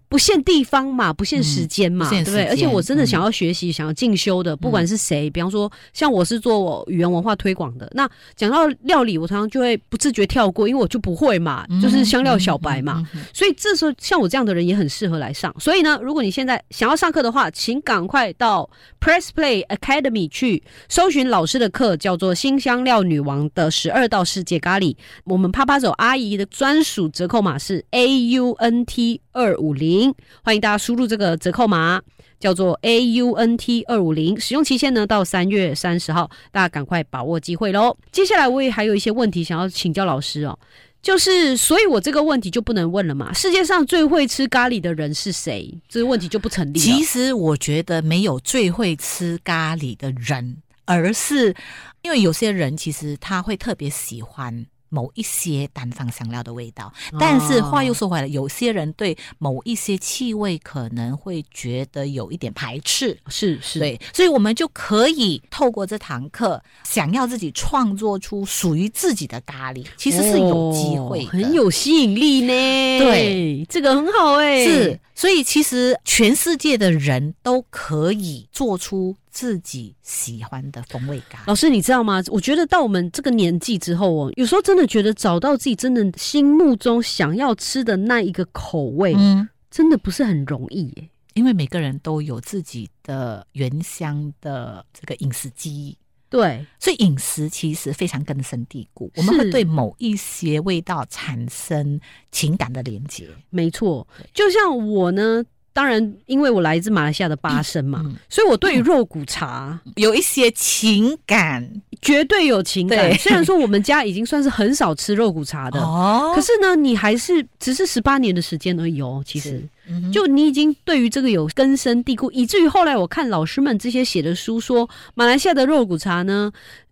Speaker 4: 不限地方嘛，不限时间嘛，
Speaker 5: 嗯不限
Speaker 4: 对不对？
Speaker 5: 时间嗯
Speaker 4: 而且我真的想要学习、想要进修的，不管是谁，比方说像我是做语言文化推广的，那讲到料理，我常常就会不自觉跳过，因为我就不会嘛，就是香料小白嘛。，
Speaker 5: 嗯嗯嗯嗯嗯
Speaker 4: 所以这时候像我这样的人也很适合来上。所以呢，如果你现在想要上课的话，请赶快到 Press Play Academy 去搜寻老师的课，叫做《新香料女王的十二道世界咖喱》。我们啪啪走阿姨的专属折扣码是 A U N T 二五零，欢迎大家输入这个折扣码。叫做 A U N T 二五零，使用期限呢到三月三十号，大家赶快把握机会喽。接下来我也还有一些问题想要请教老师哦，就是所以我这个问题就不能问了嘛。世界上最会吃咖喱的人是谁？这个问题就不成立了。
Speaker 5: 其实我觉得没有最会吃咖喱的人，而是因为有些人其实他会特别喜欢。某一些单方香料的味道，
Speaker 4: 啊
Speaker 5: 但是话又说回来，有些人对某一些气味可能会觉得有一点排斥，
Speaker 4: 是是，
Speaker 5: 对，所以我们就可以透过这堂课，想要自己创作出属于自己的咖喱，其实是有机会
Speaker 4: 哦
Speaker 5: 的，
Speaker 4: 很有吸引力呢。
Speaker 5: 对，
Speaker 4: 这个很好哎、
Speaker 5: 是，所以其实全世界的人都可以做出自己喜欢的风味感。
Speaker 4: 老师，你知道吗？我觉得到我们这个年纪之后哦，有时候真的觉得找到自己真的心目中想要吃的那一个口味，
Speaker 5: 嗯，
Speaker 4: 真的不是很容易耶。
Speaker 5: 因为每个人都有自己的原乡的这个饮食记忆。
Speaker 4: 对，
Speaker 5: 所以饮食其实非常根深蒂固，我们
Speaker 4: 是
Speaker 5: 会对某一些味道产生情感的连接。
Speaker 4: 没错。就像我呢，当然因为我来自马来西亚的巴生嘛，
Speaker 5: 嗯嗯
Speaker 4: 所以我对于肉骨茶
Speaker 5: 有一些情感
Speaker 4: 绝对有情感。
Speaker 5: 对
Speaker 4: 虽然说我们家已经算是很少吃肉骨茶的，
Speaker 5: 哦
Speaker 4: 可是呢，你还是只是十八年的时间而已哦。其实
Speaker 5: 是，嗯哼
Speaker 4: 就你已经对于这个有根深蒂固，以至于后来我看老师们这些写的书说，马来西亚的肉骨茶呢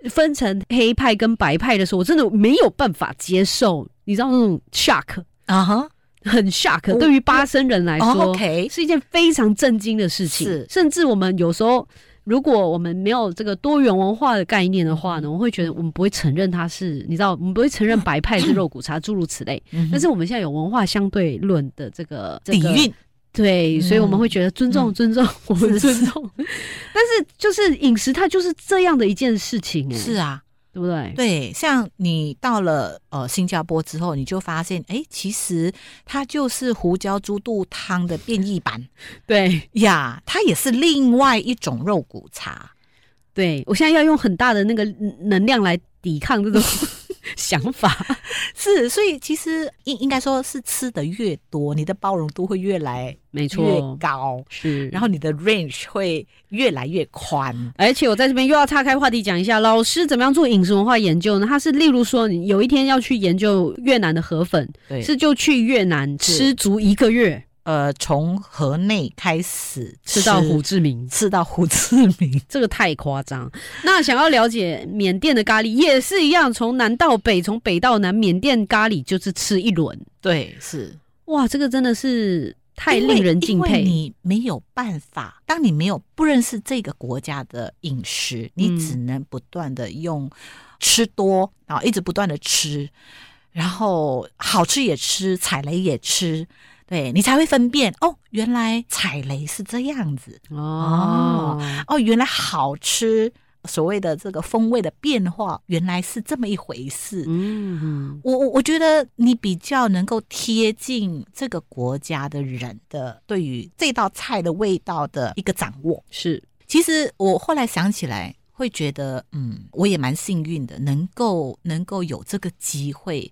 Speaker 4: 分成黑派跟白派的时候，我真的没有办法接受，你知道那种 shock
Speaker 5: 啊哈，
Speaker 4: 很 shock，
Speaker 5: 我
Speaker 4: 对于巴生人来
Speaker 5: 哦
Speaker 4: 说、
Speaker 5: ，OK
Speaker 4: 是一件非常震惊的事情，
Speaker 5: 是
Speaker 4: 甚至我们有时候。如果我们没有这个多元文化的概念的话呢，我会觉得我们不会承认它是，你知道，我们不会承认白派是肉骨茶，诸如此类。但是我们现在有文化相对论的这个嗯这
Speaker 5: 嗯底
Speaker 4: 个
Speaker 5: 蕴
Speaker 4: 对，所以我们
Speaker 5: 嗯
Speaker 4: 会觉得尊重、
Speaker 5: 嗯
Speaker 4: 尊重，我们
Speaker 5: 是
Speaker 4: 尊重。 但是就是饮食，它就是这样的一件事情、哎，
Speaker 5: 是啊，
Speaker 4: 对不对？
Speaker 5: 对，像你到了呃新加坡之后，你就发现，哎，其实它就是胡椒猪肚汤的变异 版
Speaker 4: 对
Speaker 5: 呀，它也是另外一种肉骨茶。
Speaker 4: 对，我现在要用很大的那个能量来抵抗这 种想法。
Speaker 5: 是，所以其实应应该说是吃的越多，你的包容度会越来
Speaker 4: 没
Speaker 5: 越
Speaker 4: 错，
Speaker 5: 高，
Speaker 4: 是。
Speaker 5: 然
Speaker 4: 后，
Speaker 5: 后你的 range 会越来越宽。
Speaker 4: 而且我在这边又要岔开话题讲一下，老师怎么样做饮食文化研究呢？他是例如说，你有一天要去研究越南的河粉，
Speaker 5: 对
Speaker 4: 是就去越南
Speaker 5: 是
Speaker 4: 吃足一个月，
Speaker 5: 呃，从河内开始
Speaker 4: 吃到胡志明。
Speaker 5: 吃到胡志明，
Speaker 4: 这个太夸张。那想要了解缅甸的咖喱也是一样，从南到北，从北到南，缅甸咖喱就是吃一轮。
Speaker 5: 对，是。
Speaker 4: 哇，这个真的是太
Speaker 5: 因为
Speaker 4: 令人敬
Speaker 5: 因为
Speaker 4: 佩。
Speaker 5: 你没有办法，当你没有不认识这个国家的饮食，
Speaker 4: 嗯
Speaker 5: 你只能不断的用吃多，然后一直不断的吃，然后好吃也吃，踩雷也吃，对你才会分辨哦，原来踩雷是这样子，
Speaker 4: 哦，
Speaker 5: 哦，原来好吃。所谓的这个风味的变化，原来是这么一回事。
Speaker 4: 嗯，
Speaker 5: 我我我觉得你比较能够贴近这个国家的人的对于这道菜的味道的一个掌握。
Speaker 4: 是
Speaker 5: 其实我后来想起来，会觉得嗯，我也蛮幸运的，能够能够有这个机会，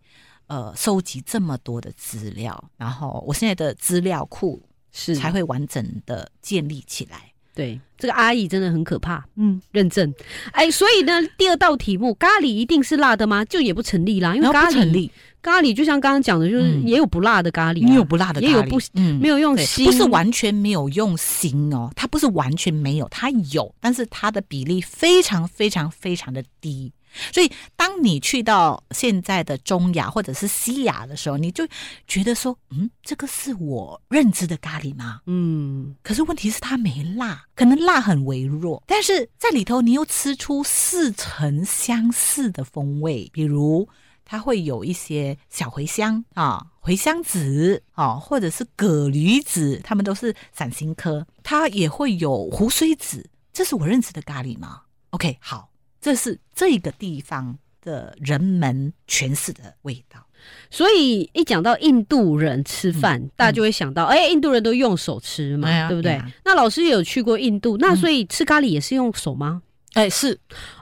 Speaker 5: 呃，收集这么多的资料，然后我现在的资料库
Speaker 4: 是，
Speaker 5: 才会完整的建立起来。
Speaker 4: 对。这个阿姨真的很可怕，嗯，认证。哎，所以呢，第二道题目，咖喱一定是辣的吗？就也不成立啦，因为
Speaker 5: 然后
Speaker 4: 咖
Speaker 5: 不成
Speaker 4: 喱
Speaker 5: 立，
Speaker 4: 咖喱就像刚刚讲的，就是
Speaker 5: 嗯
Speaker 4: 也有不辣的咖喱啊，
Speaker 5: 你有不辣的咖喱，
Speaker 4: 也有不
Speaker 5: 嗯
Speaker 4: 没有用
Speaker 5: 对
Speaker 4: 心，
Speaker 5: 不是完全没有用心哦，它不是完全没有，它有，但是它的比例非常非常非常的低。所以，当你去到现在的中亚或者是西亚的时候，你就觉得说，嗯，这个是我认知的咖喱吗？
Speaker 4: 嗯，
Speaker 5: 可是问题是它没辣，可能辣很微弱，但是在里头你又吃出似曾相似的风味，比如它会有一些小茴香啊、茴香籽啊，或者是葛缕籽，它们都是伞形科。它也会有胡荽籽，这是我认识的咖喱吗？OK，好，这是这个地方的人们诠释的味道。
Speaker 4: 所以一讲到印度人吃饭，大家就会想到，哎、印度人都用手吃嘛，
Speaker 5: 嗯哎呀
Speaker 4: 对不对？
Speaker 5: 对啊
Speaker 4: 那老师也有去过印度，那
Speaker 5: 嗯
Speaker 4: 所以吃咖喱也是用手吗？
Speaker 5: 哎，是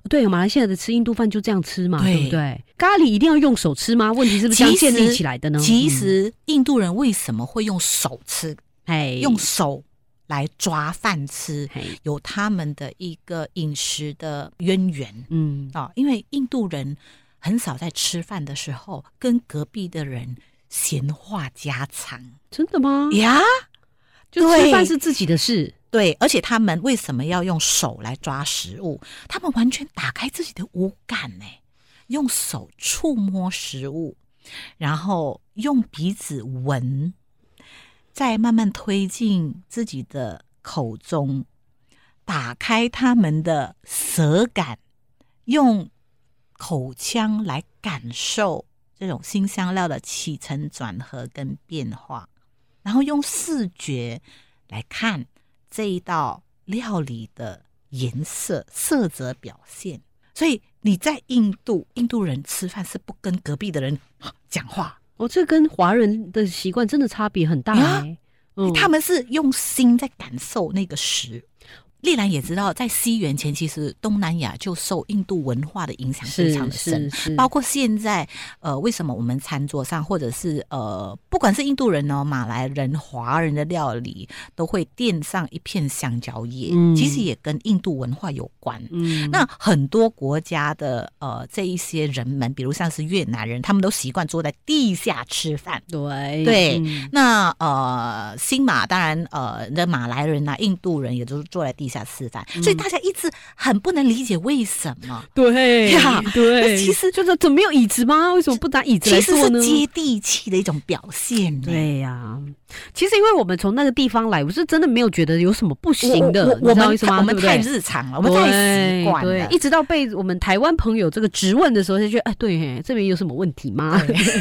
Speaker 4: 对，马来西亚的吃印度饭就这样吃嘛，
Speaker 5: 对
Speaker 4: 对不对？咖喱一定要用手吃吗？问题是不是这样建立起来的呢？
Speaker 5: 其实印度人为什么会用手吃，
Speaker 4: 嗯，哎，
Speaker 5: 用手来抓饭吃，
Speaker 4: 哎，
Speaker 5: 有他们的一个饮食的渊源
Speaker 4: 嗯，
Speaker 5: 啊、因为印度人很少在吃饭的时候跟隔壁的人闲话家常
Speaker 4: 真的吗？
Speaker 5: 呀。
Speaker 4: 就
Speaker 5: 对
Speaker 4: 吃饭是自己的事，
Speaker 5: 对，而且他们为什么要用手来抓食物？他们完全打开自己的五感呢、用手触摸食物，然后用鼻子闻，再慢慢推进自己的口中，打开他们的舌感，用口腔来感受这种新香料的起承转合跟变化，然后用视觉来看这一道料理的颜色、色泽表现。所以你在印度，印度人吃饭是不跟隔壁的人讲话，
Speaker 4: 哦，这跟华人的习惯真的差别很大
Speaker 5: 呀
Speaker 4: 哎、嗯
Speaker 5: 他们是用心在感受那个食。丽兰也知道，在西元前，其实东南亚就受印度文化的影响非常
Speaker 4: 是
Speaker 5: 的深
Speaker 4: 是。是，
Speaker 5: 包括现在，呃，为什么我们餐桌上，或者是呃，不管是印度人哦、马来人、华人的料理，都会垫上一片香蕉叶，
Speaker 4: 嗯
Speaker 5: 其实也跟印度文化有关。
Speaker 4: 嗯
Speaker 5: 那很多国家的呃这一些人们，比如像是越南人，他们都习惯坐在地下吃饭。
Speaker 4: 对
Speaker 5: 对
Speaker 4: 嗯
Speaker 5: 那呃，新马当然呃，那马来人啊、印度人也都是坐在地下吃饭，
Speaker 4: 嗯
Speaker 5: 所以大家一直很不能理解为什么。
Speaker 4: 对
Speaker 5: 呀
Speaker 4: 对，
Speaker 5: 那其实
Speaker 4: 就是怎么没有椅子吗？为什么不拿椅子来
Speaker 5: 其实
Speaker 4: 坐呢
Speaker 5: 是？接地气的一种表现。，
Speaker 4: 对呀、其实因为我们从那个地方来，我是真的没有觉得有什么不行的，
Speaker 5: 我
Speaker 4: 你知
Speaker 5: 我我
Speaker 4: 道
Speaker 5: 们
Speaker 4: 意思吗？
Speaker 5: 我们
Speaker 4: 对不
Speaker 5: 太
Speaker 4: 对
Speaker 5: 日常了，我们太习惯
Speaker 4: 对
Speaker 5: 了
Speaker 4: 对，。一直到被我们台湾朋友这个质问的时候，才觉得哎，对，嘿这边有什么问题吗？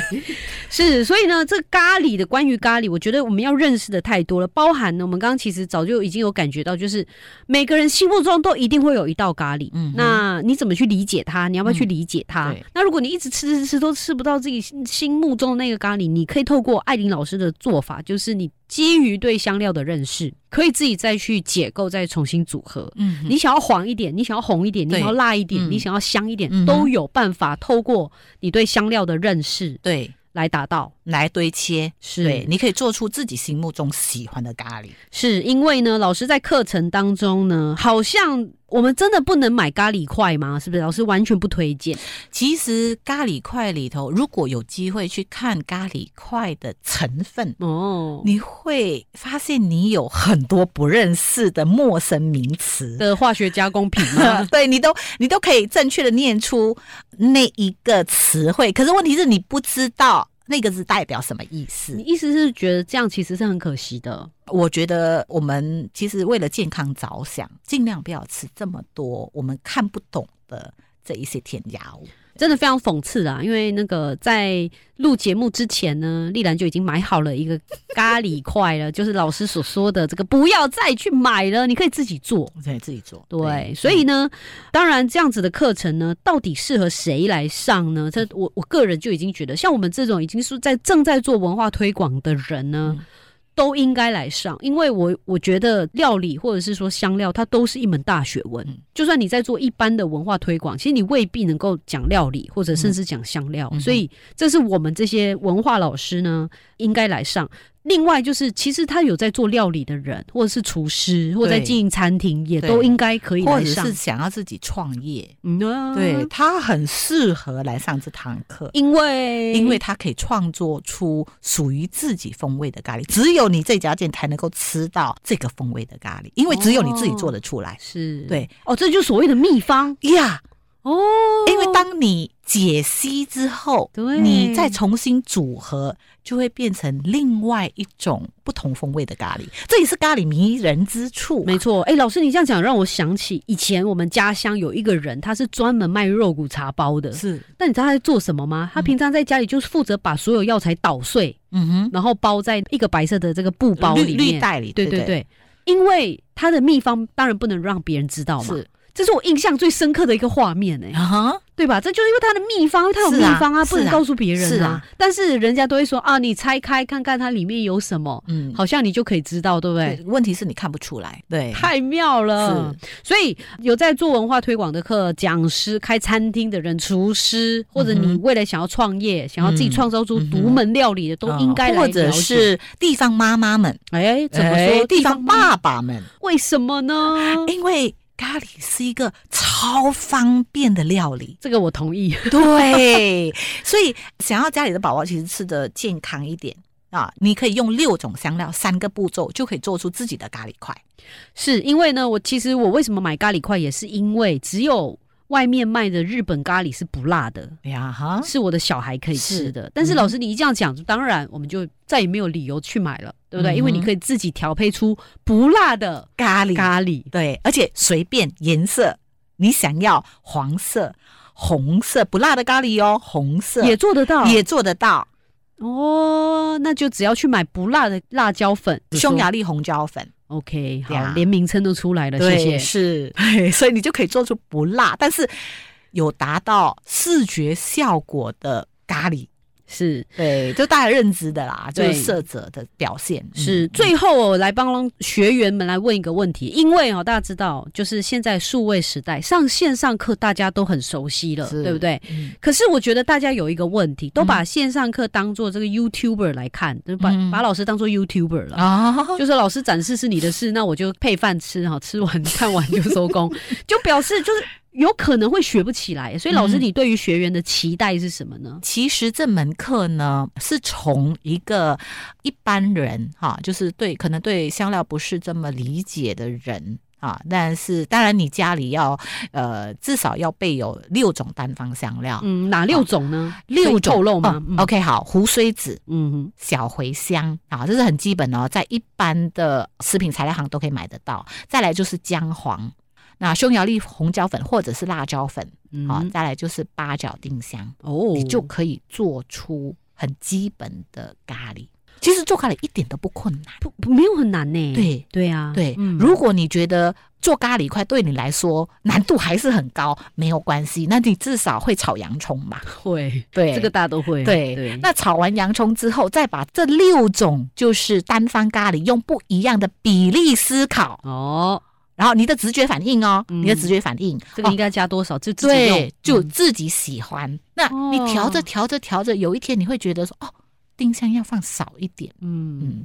Speaker 4: 是，所以呢，这咖喱的关于咖喱，我觉得我们要认识的太多了，包含呢，我们刚刚其实早就已经有感觉到，就是每个人心目中都一定会有一道咖喱，
Speaker 5: 嗯哼
Speaker 4: 那你怎么去理解它？你要不要去理解它？
Speaker 5: 嗯对
Speaker 4: 那如果你一直吃吃吃都吃不到自己心心目中的那个咖喱，你可以透过艾琳老师的做法，就是你基于对香料的认识，可以自己再去解构，再重新组合。
Speaker 5: 嗯哼
Speaker 4: 你想要黄一点，你想要红一点，你
Speaker 5: 对
Speaker 4: 想要辣一点，
Speaker 5: 嗯
Speaker 4: 你想要香一点，
Speaker 5: 嗯哼
Speaker 4: 都有办法透过你对香料的认识
Speaker 5: 对
Speaker 4: 来达到。
Speaker 5: 来堆切，
Speaker 4: 是
Speaker 5: 对，你可以做出自己心目中喜欢的咖喱。
Speaker 4: 是因为呢，老师在课程当中呢，好像我们真的不能买咖喱块吗？是不是？老师完全不推荐。
Speaker 5: 其实咖喱块里头，如果有机会去看咖喱块的成分，
Speaker 4: 哦，
Speaker 5: 你会发现你有很多不认识的陌生名词。
Speaker 4: 的化学加工品吗？
Speaker 5: 对你都你都可以正确的念出那一个词汇，可是问题是你不知道那个字代表什么意
Speaker 4: 你
Speaker 5: 思。
Speaker 4: 意思是觉得这样其实是很可惜的？
Speaker 5: 我觉得我们其实为了健康着想，尽量不要吃这么多我们看不懂的这一些添加物。
Speaker 4: 真的非常讽刺啊！因为那个在录节目之前呢，丽兰就已经买好了一个咖喱块了，就是老师所说的这个不要再去买了，你可以自己做。
Speaker 5: 我得自己做，嗯
Speaker 4: 对，所以呢，当然这样子的课程呢，到底适合谁来上呢？
Speaker 5: 嗯
Speaker 4: 这我我个人就已经觉得，像我们这种已经是在正在做文化推广的人呢。
Speaker 5: 嗯
Speaker 4: 都应该来上，因为我我觉得料理或者是说香料，它都是一门大学问。
Speaker 5: 嗯
Speaker 4: 就算你在做一般的文化推广，其实你未必能够讲料理，或者甚至讲香料。
Speaker 5: 嗯嗯哼
Speaker 4: 所以，这是我们这些文化老师呢，应该来上。另外就是，其实他有在做料理的人，或者是厨师，或者在
Speaker 5: 对
Speaker 4: 经营餐厅，也
Speaker 5: 对
Speaker 4: 都应该可以
Speaker 5: 或
Speaker 4: 来
Speaker 5: 者
Speaker 4: 上
Speaker 5: 是。想要自己创业，
Speaker 4: 嗯啊
Speaker 5: 对，他很适合来上这堂课。
Speaker 4: 因为
Speaker 5: 因为他可以创作出属于自己风味的咖喱，只有你这家店才能够吃到这个风味的咖喱，因为只有你自己做得出来。
Speaker 4: 是
Speaker 5: 对
Speaker 4: 哦，这就是所谓的秘方
Speaker 5: 呀
Speaker 4: 哦，
Speaker 5: 因为当你解析之后，
Speaker 4: 对
Speaker 5: 你再重新组合，就会变成另外一种不同风味的咖喱。这也是咖喱迷人之处、啊
Speaker 4: 没，错，哎、老师你这样讲让我想起以前我们家乡有一个人，他是专门卖肉骨茶包的。
Speaker 5: 是，
Speaker 4: 那你知道他在做什么吗？他平常在家里就是负责把所有药材捣碎，
Speaker 5: 嗯
Speaker 4: 然后包在一个白色的这个布包
Speaker 5: 绿
Speaker 4: 里面。
Speaker 5: 绿袋里，
Speaker 4: 对
Speaker 5: 对
Speaker 4: 对对，因为他的秘方当然不能让别人知道嘛。
Speaker 5: 是
Speaker 4: 这是我印象最深刻的一个画面哎、
Speaker 5: 啊哈，
Speaker 4: 对吧？这就是因为他的秘方，他有
Speaker 5: 是
Speaker 4: 秘
Speaker 5: 啊
Speaker 4: 方啊，不
Speaker 5: 是
Speaker 4: 能
Speaker 5: 啊
Speaker 4: 告诉别人
Speaker 5: 是啊
Speaker 4: 但是人家都会说啊，你拆开看看它里面有什么，
Speaker 5: 嗯，
Speaker 4: 好像你就可以知道，对不对？
Speaker 5: 对，问题是你看不出来，对，
Speaker 4: 太妙了！
Speaker 5: 是
Speaker 4: 所以有在做文化推广的课，讲师、开餐厅的人、厨师，或者你
Speaker 5: 嗯
Speaker 4: 未来想要创业、想要自己
Speaker 5: 嗯
Speaker 4: 创造出
Speaker 5: 嗯哼
Speaker 4: 独门料理的，都
Speaker 5: 哦
Speaker 4: 应该来
Speaker 5: 或者
Speaker 4: 了解
Speaker 5: 是地方妈妈们，
Speaker 4: 哎，怎么
Speaker 5: 哎
Speaker 4: 说
Speaker 5: 地方
Speaker 4: 妈
Speaker 5: 爸哎爸们，
Speaker 4: 为什么呢？
Speaker 5: 因为咖喱是一个超方便的料理。
Speaker 4: 这个我同意。
Speaker 5: 对，所以想要家里的宝宝其实吃的健康一点啊，你可以用六种香料，三个步骤就可以做出自己的咖喱块。
Speaker 4: 是因为呢，我其实我为什么买咖喱块，也是因为只有外面卖的日本咖喱是不辣的，
Speaker 5: 呀哈，
Speaker 4: 是我的小孩可以吃
Speaker 5: 啊是
Speaker 4: 的。但是老
Speaker 5: 嗯
Speaker 4: 师你一这样讲，当然我们就再也没有理由去买了，对不对？因为你
Speaker 5: 嗯哼
Speaker 4: 可以自己调配出不辣的
Speaker 5: 咖喱，
Speaker 4: 咖喱。
Speaker 5: 对，而且随便颜色，你想要黄色、红色不辣的咖喱哦，红色
Speaker 4: 也做得到，
Speaker 5: 也做得到，
Speaker 4: 哦，那就只要去买不辣的辣椒粉，
Speaker 5: 匈牙利红椒粉，
Speaker 4: OK，好
Speaker 5: 呀，
Speaker 4: 连名称都出来了，
Speaker 5: 对，
Speaker 4: 谢谢。
Speaker 5: 是，对，所以你就可以做出不辣，但是有达到视觉效果的咖喱。
Speaker 4: 是
Speaker 5: 对，就大家认知的啦，就
Speaker 4: 对
Speaker 5: 是色泽的表现。
Speaker 4: 是，
Speaker 5: 嗯
Speaker 4: 最后哦我来帮学员们来问一个问题，因为哦，大家知道，就是现在数位时代，上线上课大家都很熟悉了，
Speaker 5: 是
Speaker 4: 对不对？
Speaker 5: 嗯
Speaker 4: 可是我觉得大家有一个问题，都把线上课当做这个 YouTuber 来看，就把、
Speaker 5: 嗯
Speaker 4: 把老师当做 YouTuber 了。
Speaker 5: 啊，
Speaker 4: 就是老师展示是你的事，那我就配饭吃哈，吃完 看完就收工，就表示就是有可能会学不起来。所以老师，
Speaker 5: 嗯
Speaker 4: 你对于学员的期待是什么呢？
Speaker 5: 其实这门课呢，是从一个一般人哈，就是对可能对香料不是这么理解的人。啊，但是当然，你家里要呃，至少要备有六种单方香料，
Speaker 4: 嗯，哪六种呢？可
Speaker 5: 六
Speaker 4: 以
Speaker 5: 种
Speaker 4: 透露吗
Speaker 5: 哦？
Speaker 4: 嗯
Speaker 5: OK，好，胡荽子、
Speaker 4: 嗯哼，
Speaker 5: 小茴香啊，这是很基本哦，在一般的食品材料行都可以买得到。再来就是姜黄，那匈牙利红椒粉或者是辣椒粉，
Speaker 4: 嗯
Speaker 5: 好、再来就是八角丁香，
Speaker 4: 哦，
Speaker 5: 你就可以做出很基本的咖喱。其实做咖喱一点都不困难，
Speaker 4: 不不没有很难呢。
Speaker 5: 对
Speaker 4: 对啊，
Speaker 5: 对。
Speaker 4: 嗯
Speaker 5: 如果你觉得做咖喱块对你来说难度还是很高，没有关系，那你至少会炒洋葱嘛。
Speaker 4: 会
Speaker 5: 对，
Speaker 4: 这个大家都会。
Speaker 5: 对，那炒完洋葱之后，再把这六种就是单方咖喱用不一样的比例思考，
Speaker 4: 哦，
Speaker 5: 然后你的直觉反应哦，
Speaker 4: 嗯
Speaker 5: 你的直觉反应，
Speaker 4: 这个
Speaker 5: 哦
Speaker 4: 应该加多少？就自己用
Speaker 5: 对，，就
Speaker 4: 嗯
Speaker 5: 自己喜欢。那你调着
Speaker 4: 哦
Speaker 5: 调着调着，有一天你会觉得说，哦，丁香要放少一点，
Speaker 4: 嗯
Speaker 5: 嗯，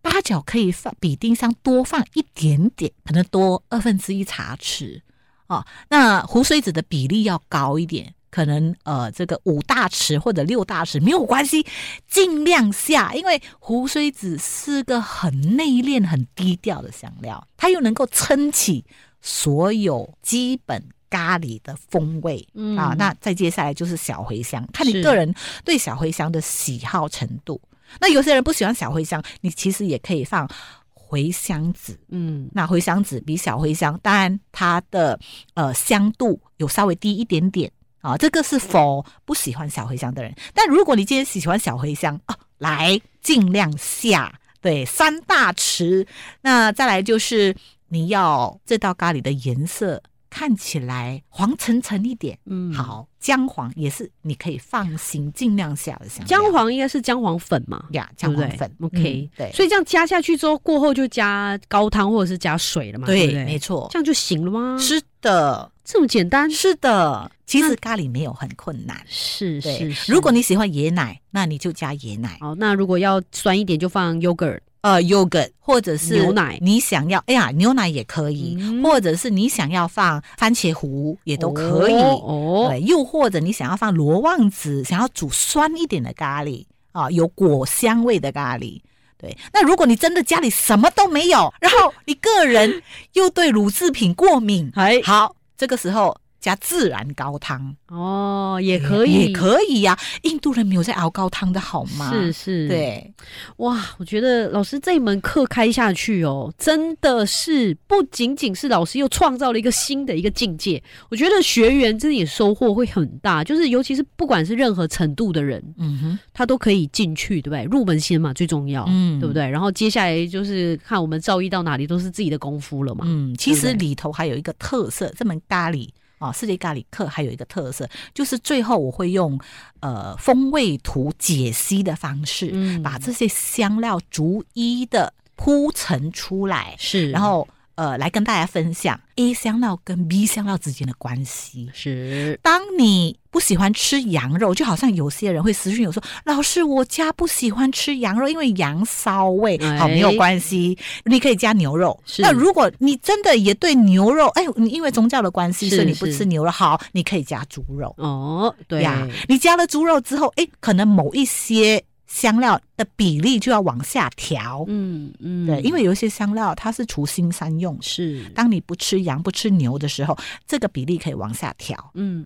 Speaker 5: 八角可以放比丁香多放一点点，可能多二分之一茶匙哦。那胡荽子的比例要高一点，可能呃这个五大匙或者六大匙没有关系，尽量下，因为胡荽子是个很内敛、很低调的香料，它又能够撑起所有基本咖喱的风味。
Speaker 4: 嗯
Speaker 5: 啊，那再接下来就是小茴香，看
Speaker 4: 是
Speaker 5: 你个人对小茴香的喜好程度。那有些人不喜欢小茴香，你其实也可以放茴香籽。
Speaker 4: 嗯
Speaker 5: 那茴香籽比小茴香，当然它的呃香度有稍微低一点点啊。这个是否不喜欢小茴香的人？但如果你今天喜欢小茴香啊，来尽量下对三大匙。那再来就是你要这道咖喱的颜色看起来黄橙橙一点。
Speaker 4: 嗯，
Speaker 5: 好，姜黄也是你可以放心尽量下的香料
Speaker 4: 姜黄应该是嗯姜黄粉嘛。
Speaker 5: 呀，
Speaker 4: 对
Speaker 5: 姜
Speaker 4: 不对
Speaker 5: 黄粉。
Speaker 4: OK，
Speaker 5: 嗯对，
Speaker 4: 所以这样加下去之后，过后就加高汤或者是加水了嘛，对不
Speaker 5: 对，没
Speaker 4: 对？
Speaker 5: 错
Speaker 4: 这，样就行了吗？
Speaker 5: 是的，
Speaker 4: 这么简单？
Speaker 5: 是的。其
Speaker 4: 那
Speaker 5: 实咖喱没有很困难，
Speaker 4: 是
Speaker 5: 对
Speaker 4: 是。。是
Speaker 5: 如果你喜欢椰奶，那你就加椰奶，
Speaker 4: 好，那如果要酸一点就放 yogurt，
Speaker 5: 呃，yogurt 或者是
Speaker 4: 牛奶
Speaker 5: 你想要，哎呀，牛奶也可以，
Speaker 4: 嗯
Speaker 5: 或者是你想要放番茄糊也
Speaker 4: 也
Speaker 5: 都可以。
Speaker 4: 哦，
Speaker 5: 对，又或者你想要放罗望子，想要煮酸一点的咖喱啊，有果香味的咖喱。对，那如果你真的家里什么都没有，然后你个人又对乳制品过敏，
Speaker 4: 还
Speaker 5: 好，这个时候加自然高汤，
Speaker 4: 哦，也可以，
Speaker 5: 也可以呀、印度人没有在熬高汤的好吗？
Speaker 4: 是，是，，
Speaker 5: 对，
Speaker 4: 哇，我觉得老师这一门课开下去哦，真的是不仅仅是老师又创造了一个新的一个境界，我觉得学员真的也收获会很大，就是尤其是不管是任何程度的人，
Speaker 5: 嗯哼，
Speaker 4: 他都可以进去，对不对？入门先嘛最重要，
Speaker 5: 嗯
Speaker 4: 对不？对？然后接下来就是看我们造诣到哪里，都是自己的功夫了嘛。
Speaker 5: 嗯，其
Speaker 4: 对
Speaker 5: 实
Speaker 4: 不
Speaker 5: 里头还有一个特色，这门咖喱啊、世界咖喱课还有一个特色，就是最后我会用呃风味图解析的方式，
Speaker 4: 嗯
Speaker 5: 把这些香料逐一的铺陈出来，
Speaker 4: 是，
Speaker 5: 然后呃来跟大家分享 A 香料跟 B 香料之间的关系。
Speaker 4: 是
Speaker 5: 当你不喜欢吃羊肉，就好像有些人会私讯我说：“老师，我家不喜欢吃羊肉，因为羊骚味。
Speaker 4: 哎
Speaker 5: 好，没有关系，你可以加牛肉。
Speaker 4: 是
Speaker 5: 那如果你真的也对牛肉，哎，你因为宗教的关系，
Speaker 4: 是
Speaker 5: 所以你不
Speaker 4: 是
Speaker 5: 吃牛肉，好，你可以加猪肉。
Speaker 4: 哦，对
Speaker 5: 呀，你加了猪肉之后，哎，可能某一些香料的比例就要往下调。
Speaker 4: 嗯嗯，
Speaker 5: 对，因为有一些香料它是除腥三用，
Speaker 4: 是
Speaker 5: 当你不吃羊、不吃牛的时候，这个比例可以往下调。
Speaker 4: 嗯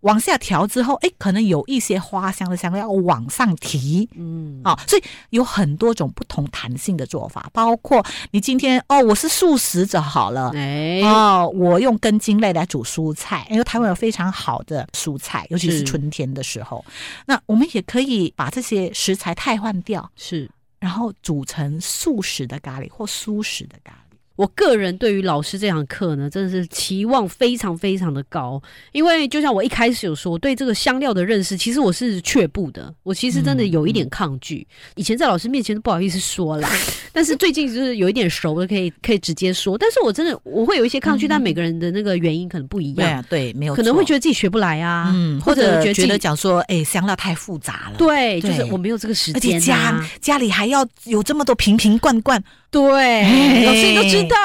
Speaker 5: 往下调之后，哎，可能有一些花香的香料要往上提
Speaker 4: 嗯
Speaker 5: 啊、所以有很多种不同弹性的做法，包括你今天哦，我是素食者好了。
Speaker 4: 哎、
Speaker 5: 哦，我用根茎类来煮蔬菜，因为台湾有非常好的蔬菜，尤其
Speaker 4: 是
Speaker 5: 是春天的时候。那我们也可以把这些食材汰换掉，
Speaker 4: 是。
Speaker 5: 然后煮成素食的咖喱或蔬食的咖喱。
Speaker 4: 我个人对于老师这堂课呢，真的是期望非常非常的高，因为就像我一开始有说，我对这个香料的认识，其实我是却步的，我其实真的有一
Speaker 5: 嗯
Speaker 4: 点抗拒。以前在老师面前都不好意思说啦，但是最近就是有一点熟了，可以可以直接说。但是我真的我会有一些抗拒，但每个人的那个原因可能不一样，，
Speaker 5: 嗯对，啊没有
Speaker 4: 可能会觉
Speaker 5: 得
Speaker 4: 得自己学不来啊，
Speaker 5: 嗯，
Speaker 4: 或
Speaker 5: 或
Speaker 4: 者
Speaker 5: 者
Speaker 4: 觉得
Speaker 5: 觉
Speaker 4: 自
Speaker 5: 得
Speaker 4: 己
Speaker 5: 讲说，哎，香料太复杂了。
Speaker 4: 对，就
Speaker 5: 对
Speaker 4: 是我没有这个时
Speaker 5: 而且
Speaker 4: 间
Speaker 5: 家
Speaker 4: 啊，
Speaker 5: 家里还要有这么多瓶瓶罐罐，
Speaker 4: 对，
Speaker 5: 哎
Speaker 4: 老师你都知道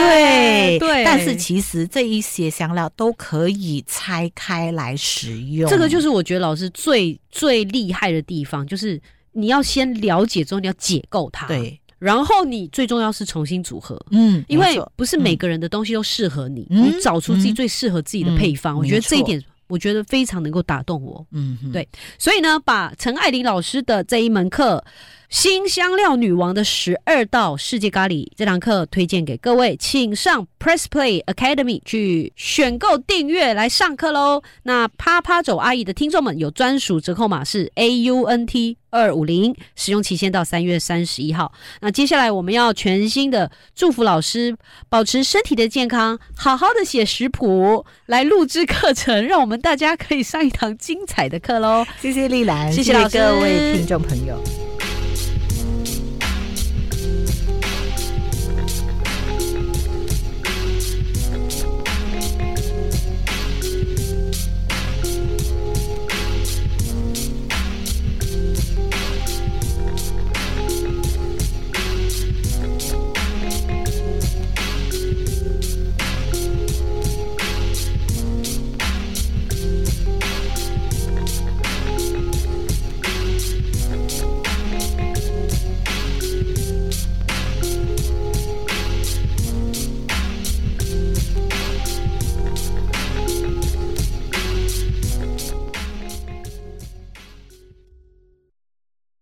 Speaker 4: 哎、对，
Speaker 5: 但是其实这一些香料都可以拆开来使用。
Speaker 4: 这个就是是我觉得老师最最厉害的地方，就是你要先了解之后，你要解构它，，
Speaker 5: 对，
Speaker 4: 然后你最重要是重新组合。
Speaker 5: 嗯，
Speaker 4: 因
Speaker 5: 没
Speaker 4: 为
Speaker 5: 错
Speaker 4: 不是每个人的东西都适合你，
Speaker 5: 嗯
Speaker 4: 你找出自己
Speaker 5: 嗯
Speaker 4: 最适合自己的配方。
Speaker 5: 嗯
Speaker 4: 我觉得
Speaker 5: 没错
Speaker 4: 这一点，我觉得非常能够打动我。
Speaker 5: 嗯哼
Speaker 4: 对所以呢，把陈爱玲老师的这一门课《新香料女王的十二道世界咖喱》这堂课推荐给各位，请上 Press Play Academy 去选购订阅来上课喽。那啪啪走阿姨的听众们有专属折扣码是 A U N T 二五零，使用期限到三月三十一号。那接下来我们要全新的祝福老师保持身体的健康，好好的写食谱来录制课程，让我们大家可以上一堂精彩的课喽。
Speaker 5: 谢谢丽兰，
Speaker 4: 谢谢老师
Speaker 5: 各位听众朋友。